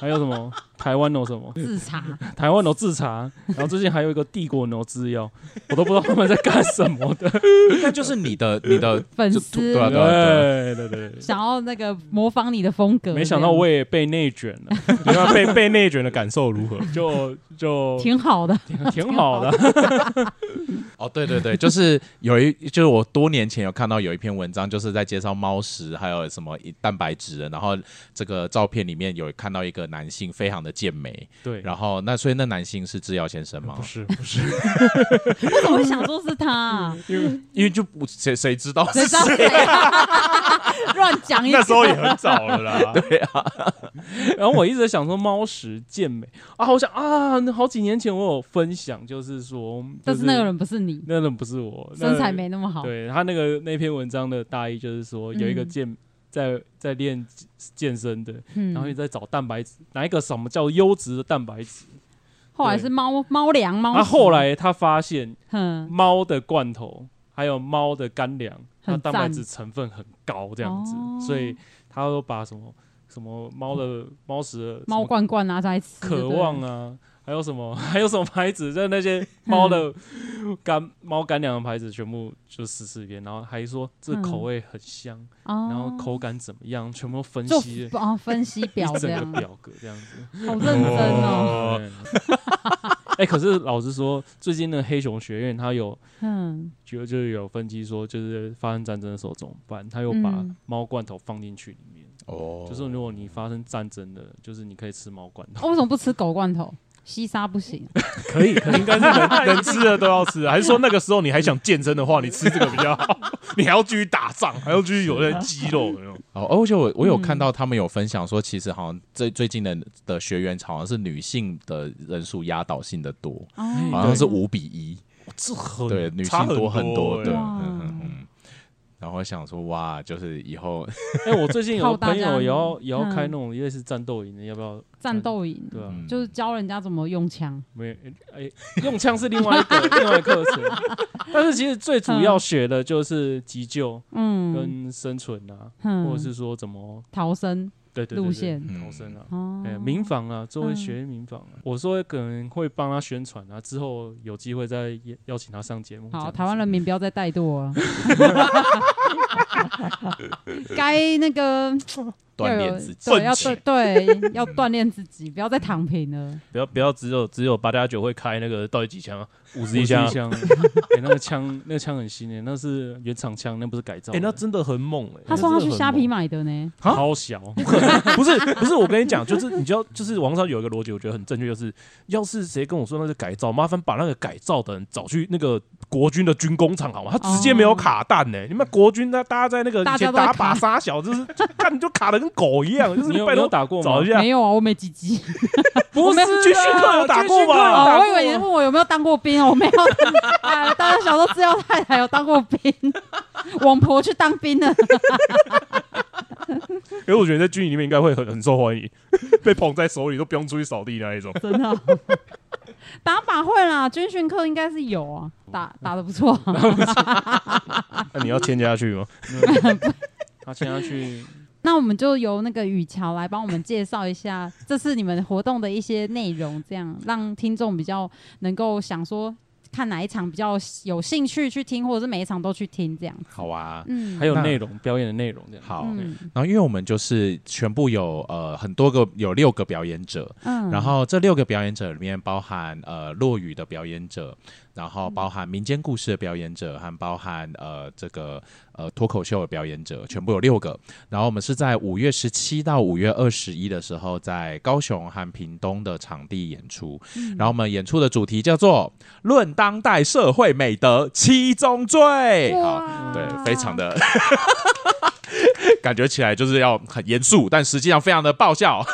还有什么台湾 no 什么
自查
台湾 no 制茶，然后最近还有一个帝国 no 制药，我都不知道他们在干什么 的。
应该就是你的你的
粉
就
丝
对啊对啊对啊，
对对对对，
想要那个模仿你的风格，
没想到我也被内卷了，
你看啊被被内卷的感受如 何？
就就
这样挺好 的。
挺好 的。
哦对对对，就是有一就是我多年前有看到有一篇文章，就是在介绍猫食还有什么蛋白质的，然后这个照片里面有看到一个男性非常的健美，
对，
然后那所以那男性是制药先生吗
不？是不是，
为什么会想说是他？
因为
因为就不谁谁知道
谁
是
知 道谁啊 乱讲一
那时候也
个
很早了 啦，
然后我一直在想说猫食健美啊，我想啊，那好几年前我有分享，就是说，就是、
但是那个人不是你，
那人不是我，那
身材没那么好。
对他那个那篇文章的大意就是说，有一个健、在在练健身的，
嗯
然后也在找蛋白质，哪一个什么叫优质的蛋白质？
后来是猫猫粮猫屎。
他啊后来他发现
嗯，
猫的罐头还有猫的干粮，它
很
蛋白
赞
质成分很高，这样子，
哦
所以他都把什么什么猫的猫食的什
猫
么
罐罐拿出来吃，
渴望啊，还有什么 还有什么牌子，就是那 些猫的干猫干粮的牌子，全部就试试遍，然后还说这
嗯
口味很香，然
嗯
然
后口感怎么样，全部都分
做
析了
哦分析表
一
这
整哦
样
个，表格这样子。
好认真哦。
哦， 哎、可是老实说，最近的黑熊学院它有
嗯，
就就是有分析说，就是发生战争的时候怎么办？它有把
嗯
猫罐头放进去里面，
哦
就是如果你发生战争的，就是你可以吃猫罐头，
哦为什么不吃狗罐头？西沙不行，啊哦
可 以，可 以应该是能能吃的都要吃啊，还是说那个时候你还想健身的 话，你吃这个比较好，你还要继续打仗，还要继续有那肌肉，有没有
哦，而且我我有看
嗯
到他们有分享说，其实好像最最近的的学员好像是女性的人数压倒性的多，
哦
好像是五比一，
这很
对，女性
嗯差
多
很
多，对，
欸
哇
嗯嗯嗯。然后我想说，哇，就是以后
哎、我最近有
靠
个
大
朋友
家
也要也要开
嗯
那种类似战斗营的，要不要？
战斗营，
对啊，
嗯
就是教人家怎么用枪。
没有，哎、用枪是另外一个 另外一个课程，但是其实最主要学的就是急救
嗯，
跟生存啊，
嗯
或者是说怎么
逃生
对对
路
对对
线嗯
逃生啊。
哦
嗯
哎、，民防啊，作为学民防、啊，我说可能会帮他宣传啊，之后有机会再邀邀请他上节目。这样
好，
子
台湾人民不要再怠惰了。该那个
锻
要
炼
有
自己，
对，要
奋
对对，要锻炼自己，不要再躺平了。
不要不要只有只有八加九会开那个到底几枪啊，五十
一
一枪啊，
枪，哎，那个枪，那个枪很新诶，那是原厂枪，那不是改造的。
哎，那真的很猛哎，
他
那真
说
的
他
很
去
猛
虾皮买的呢，
啊
超小，
不是不是，我跟你讲，就是你就要就是网上有一个逻辑，我觉得很正确，就是要是谁跟我说那是改造，麻烦把那个改造的人找去那个国军的军工厂好吗？他直接没有卡弹呢、你们国军那大家在那个
哦大
以
家
前
都在
打
卡
靶杀小，就是就看就卡的跟狗一样，就是
你有
拜
没有
托
打过
找
吗
一？下
没，有啊，我没鸡鸡。
不是
我没有
军训课有打过吧？
哦，我以为你是问我有没有当过 兵，我没有。哎，大家小时候知道太太有当过兵，王婆去当兵了。
因为我觉得在军营里面应该会很很受欢迎， 被捧在手里都不用出去扫地那一种。
真的哦、打靶会啦，军训课应该是有啊，打打的不错、
那、你要签下去吗？
他请他
嗯
去，
那我们就由那个雨乔来帮我们介绍一下，这次你们活动的一些内容，这样让听众比较能够想说看哪一场比较有兴趣去听，或者是每一场都去听这样。
好啊。
嗯，
还有
那
内容表演的内容这样。
好，
嗯
然后因为我们就是全部有呃很多个有六个表演者，
嗯
然后这六个表演者里面包含呃落雨的表演者，然后
嗯
包含民间故事的表演者，还包含呃这个呃脱口秀的表演者，全部有六个。然后我们是在五月十七到五月二十一的时候，在高雄和屏东的场地演出。
嗯
然后我们演出的主题叫做《论当代社会美德七宗罪》。好，
哇
对，非常的。感觉起来就是要很严肃，但实际上非常的爆笑。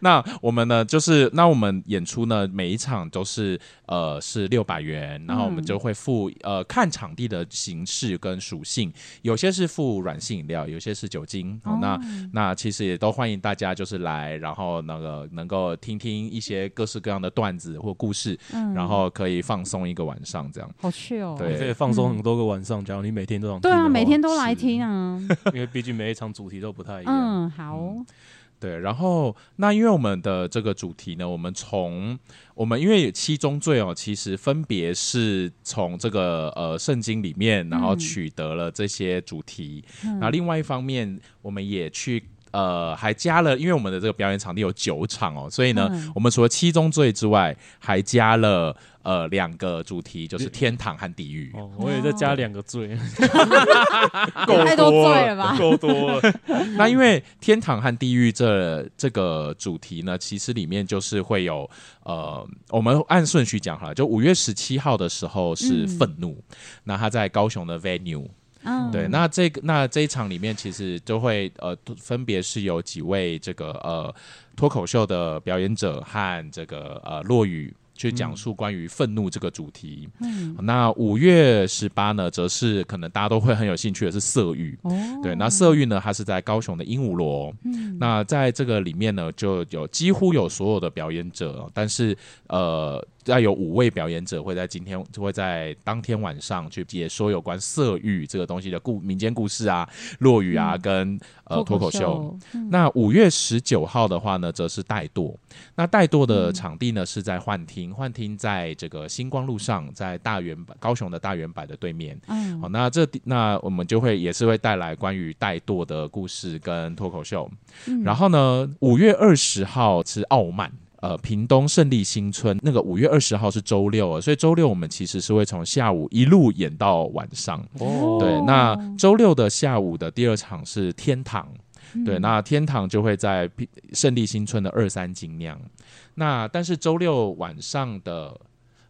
那我们呢，就是那我们演出呢，每一场都是呃是六百元，然后我们就会付呃看场地的形式跟属性，有些是付软性饮料，有些是酒精。
哦
好、哦那那其实也都欢迎大家就是来，然后那个能够听听一些各式各样的段子或故事，
嗯
然后可以放松一个晚上这样。
好去哦。
对哦
可以放松很多个晚上，假如你每天都想
对
听的
啊，
话
每天都来听啊。
因为毕竟每一场主题都不
哎
太一样。
嗯，好，
对，然后那因为我们的这个主题呢，我们从我们因为有七宗罪哦，其实分别是从这个呃圣经里面，然后
嗯
取得了这些主题。
嗯
那另外一方面，我们也去呃还加了，因为我们的这个表演场地有九场哦，所以呢，
嗯
我们除了七宗罪之外，还加了呃两个主题，就是天堂和地狱。
哦，我也再加两个罪，
够
太多罪了吧
够多了。
那因为天堂和地狱这这个主题呢，其实里面就是会有呃，我们按顺序讲好了，就五月十七号的时候是
嗯
愤怒，那他在高雄的 venue，
嗯，
对，那这个那这一场里面其实就会呃，分别是有几位这个呃脱口秀的表演者和这个呃落雨。去讲述关于愤怒这个主题。
嗯
那五月十八呢，则是可能大家都会很有兴趣的是色欲。
哦，
对，那色域呢，它是在高雄的鹦鹉螺。哦
嗯
那在这个里面呢，就有几乎有所有的表演者哦，但是呃，要有五位表演者会在今天就会在当天晚上去解说有关色域这个东西的故民间故事啊、落语啊，跟呃脱口秀。，
嗯
那五月十九号的话呢，则是怠惰。那怠惰的场地呢是在幻听，幻听在这个星光路上，在大圆柏高雄的大圆柏的对面。
嗯
好，那这地那我们就会也是会带来关于怠惰的故事跟脱口秀。
嗯
然后呢，五月二十号是傲慢。呃屏东胜利新村，那个五月二十号是周六啊，所以周六我们其实是会从下午一路演到晚上。
哦
对，那周六的下午的第二场是天堂，
嗯
对，那天堂就会在屏胜利新村的二三精酿。那但是周六晚上的。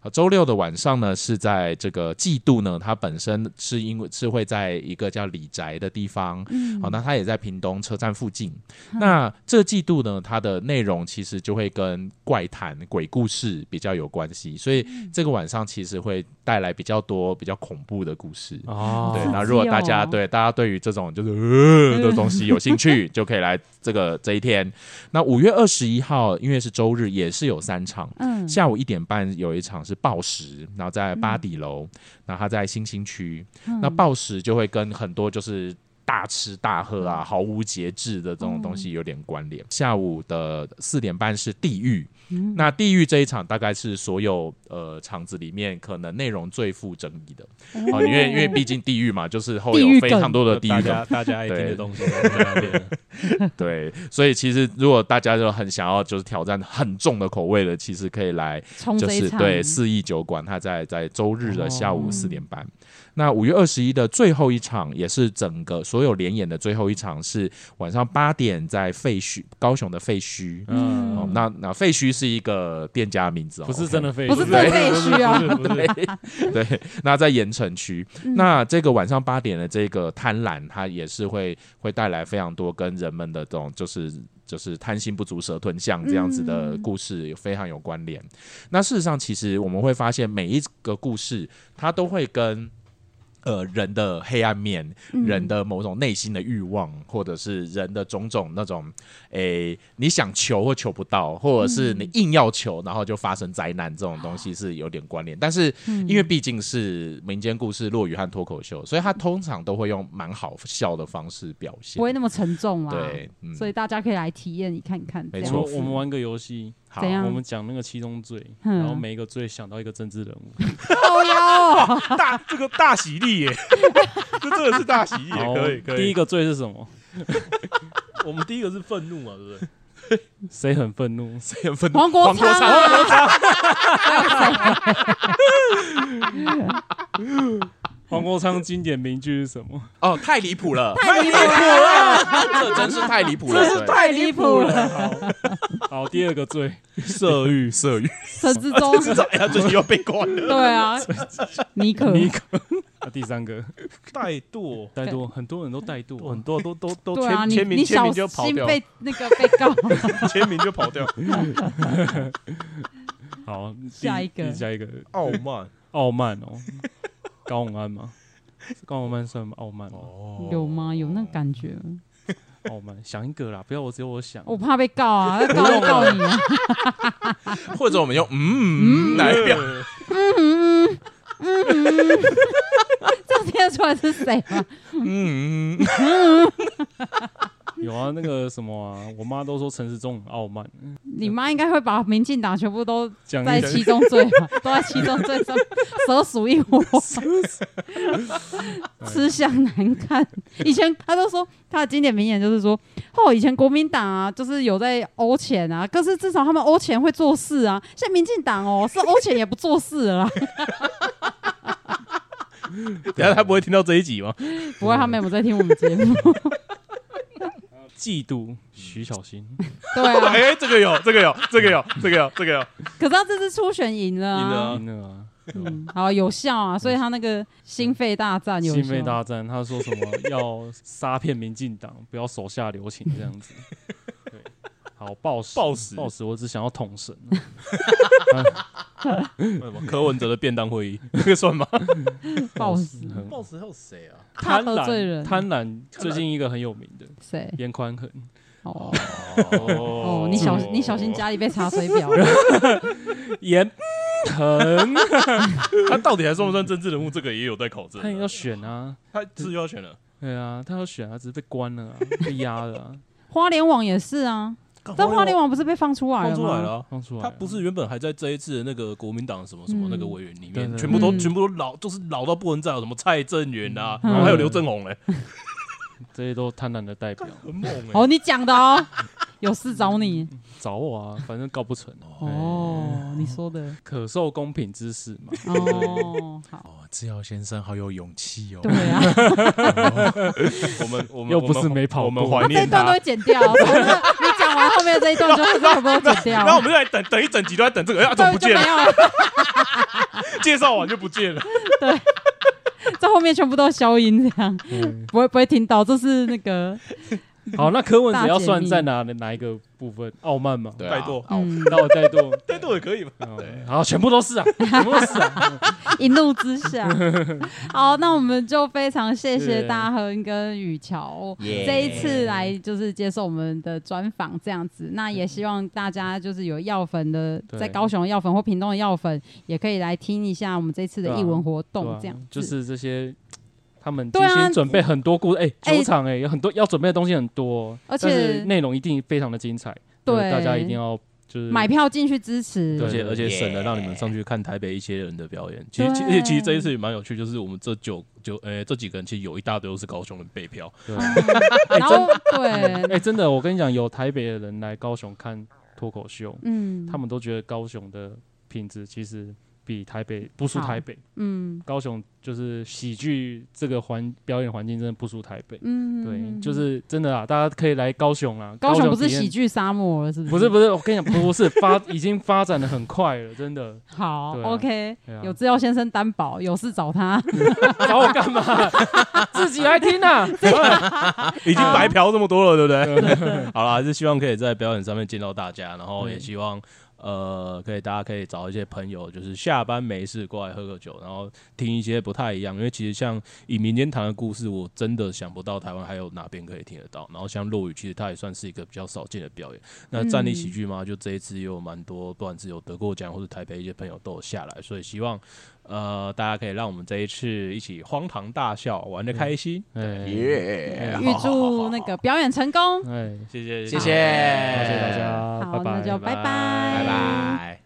呃周六的晚上呢，是在这个季度呢，它本身是因为是会在一个叫李宅的地方，
嗯
好、那它也在屏东车站附近。那这季度呢，它的内容其实就会跟怪谈、鬼故事比较有关系，所以
嗯
这个晚上其实会带来比较多比较恐怖的故事。
哦，
对，
刺
那
激
如果大家
哦嗯
对大家对于这种就是呃的东西有兴趣，就可以来这个这一天。那五月二十一号，因为是周日，也是有三场。
嗯
下午一点半有一场是报时，然后在八底楼，然后它在新兴区。
嗯
那报时就会跟很多就是大吃大喝啊、毫无节制的这种东
嗯
西有点关联。下午的四点半是地狱，
嗯
那地狱这一场大概是所有呃场子里面可能内容最富争议的
哦
啊、因为因为毕竟地狱嘛，就是后
地狱
有非
梗
常多的地
大
狱梗
家大家爱听
对
的东西都在那边 了，
对，所以其实如果大家就很想要就是挑战很重的口味的，其实可以来
冲
就
这一
是
场
对四亿酒馆，它在在周日的下午
哦
四点半。那五月二十一的最后一场，也是整个所有联演的最后一场，是晚上八点在废墟高雄的废墟。
嗯
哦，那那废墟是一个店家名字哦，
不是
OK
真的废墟，
不是真的废墟啊
不是不是不是不是
对，那在盐城区，那这个晚上八点的这个贪婪，它也是会会带来非常多跟人们的这种就是。就是贪心不足蛇吞象这样子的故事非常有关联。那事实上，其实我们会发现每一个故事，它都会跟呃人的黑暗面、
嗯
人的某种内心的欲望，或者是人的种种那种诶、你想求或求不到，或者是你硬要求，然后就发生灾难这种东西是有点关联。但是
嗯
因为毕竟是民间故事、落语和脱口秀，所以它通常都会用蛮好笑的方式表现
不。会那么沉重啊。
对，嗯，
所以大家可以来体验一看看。
没
这样
错
我们我们玩个游戏，
好
怎样
我们讲那个七宗罪，
嗯
然后每一个罪想到一个政治人物，
靠腰
大这个大喜力耶，
这真的是大喜也
好
可以可以。
第一个罪是什么？
我们第一个 是愤怒嘛，对不对？
谁很愤怒？谁
很愤
黄国昌啊，
黄国昌经典名句是什 么？
哦，太离谱 了，
太离谱了，啊
这真是太离谱了，对
太离谱了。
好，第二个罪，
色欲色欲，
陈志忠，
哎呀，最近又被关了。
对啊，尼可，
尼克。啊第 三个
怠惰，
怠惰，很多人都怠惰
很
啊，
多都都都
对啊，
签
你
签
你
名签
小
名就跑
心
掉，
被那个被告。
签名就跑掉，
好，第
下一个
第下一个
傲慢
傲慢 哦，高永安吗？是高永安算吗傲慢吗？
哦
有吗？有那感觉吗？
傲慢，想一个啦，不要我只有我想。
我怕被告啊，告就告你啊。
或者我们用嗯来表
这样听得出来是谁啊吗？
嗯，
有啊，那个什么啊，我妈都说陈时中很傲慢，
你妈应该会把民进党全部都
讲
在
一讲
七宗罪吧，都在七宗罪上蛇鼠一窝，吃相难看。以前他都说他的经典名言就是说，哦，以前国民党啊，就是有在欧钱啊，可是至少他们欧钱会做事啊，现在民进党哦是欧钱也不做事了啦，
等下他不会听到这一集吗？
不过他们也不在听我们节目，
嫉
嗯
妒徐小新，
对啊，
哎，这个有，这个有，这个有，这个有，这个有，
可是他这次初选赢了、
赢了啊
啊，
赢了啊。
嗯，好有效 啊，所以他那个
嗯
心肺大战有啊
新
效
飞大战，他说什么要杀骗民进党， 不要手下留情这 样子。对，好暴食
暴食
暴食，我只想要统神。
什么柯文哲的 便当会议，那个算吗？
暴死
很
暴食还有谁啊？
怕
贪
得罪人
婪，贪婪，最近一个很有名的
谁？
严宽恒，
哦
哦
哦，你小你小心家里被查水表。啊
严恒，
他到底还算不算政治人物？这个也有待考证
他也
啊。
要选啊，
他是又要选了，
对啊，他要选啊，只是被关了啊，被压了啊，
花莲网也是啊，但花莲网不是被放出来
放
了
出来了
吗？
啊。
放出来
他
啊。
不是原本还在这一次的那个国民党什么什么那个委员里
对
面，
对
全部都
嗯
全部都老，就是老到不能再有什么蔡正元啊，
嗯
然后还有刘正宏嘞，
这些都贪婪的代表，
很猛哎
哦，你讲的哦，有事找你。
找我啊，反正告不成。
嗯
哦，你说的。
可受公平之事嘛，
哦，好，
哦，志尧先生好有勇气哦
对啊，
我们我们
又不是
我们
没跑
我们
步
怀
他这一
念
段都
他
会。剪掉。从那你讲完后面这一段就会全部都剪 掉。
然后我们就来等等一整集都在等这个，哎、啊，怎么 不
对
见
就没有
了？
了，
介绍完就不见了。
这后面全部都消音，这样
嗯
不会不会听到。这是那个，
好，那柯文
大
哲要
解
算
密
在哪哪一个部分？傲慢嘛，
对啊，
拜托
哦
嗯，
那我再多，
态度也可以吧？
嗯好，全部都是啊，全部都是啊，
一怒之 下。好，那我们就非常谢谢
对
大亨跟雨乔
Yeah
这一次来就是接受我们的专访这样子。那也希望大家就是有药粉的，
对
在高雄的药粉或屏东的药粉，也可以来听一下我们这次的
对啊
艺文活
对
动
啊
这样
就
子。
是这些。他们
对
精
啊
心准备很多故事，哎、
哎
球场哎、有很多要准备的东西很多哦，
而
但是
且
内容一定非常的精彩，
对
所以大家一定要就是
买票进去支持。
对
而且而且省了让你们上去看台北一些人的表演。其实其而且其实这一次也蛮有趣，就是我们这九九呃这几个人其实有一大堆都是高雄人备票，
对
嗯 然后对，
哎、真的，我跟你讲，有台北的人来高雄看脱口秀，
嗯，
他们都觉得高雄的品质其实比台北不输
好
台北，
嗯
高雄就是喜剧这个环表演环境真的不输台北。
嗯，
对，就是真的啊，大家可以来高雄啊，
高雄不是
体验
喜。剧沙漠了，是不
不是
是
不是，我跟你讲，不是发，已经发展的很快了，真的。
好
对啊
，OK，
对啊
有资料先生担保，有事找他。
找我干 嘛？自己来听啊！
已经白嫖这么多了，对不对？ 好啦，还是希望可以在表演上面见到大家，然后也希望。呃，可以，大家可以找一些朋友，就是下班没事过来喝个酒，然后听一些不太一样。因为其实像以民间谈的故事，我真的想不到台湾还有哪边可以听得到。然后像落雨，其实它也算是一个比较少见的表演。那站立喜剧嘛，就这一次也有蛮多，不管是有得过奖或者台北一些朋友都有下来，所以希望呃大家可以让我们这一次一起荒唐大笑，玩的开心。
哎
耶，
预祝那个表演成功。
哎，
谢谢，
谢谢，
谢谢大家，
好，那
拜拜
就。拜
拜
拜拜。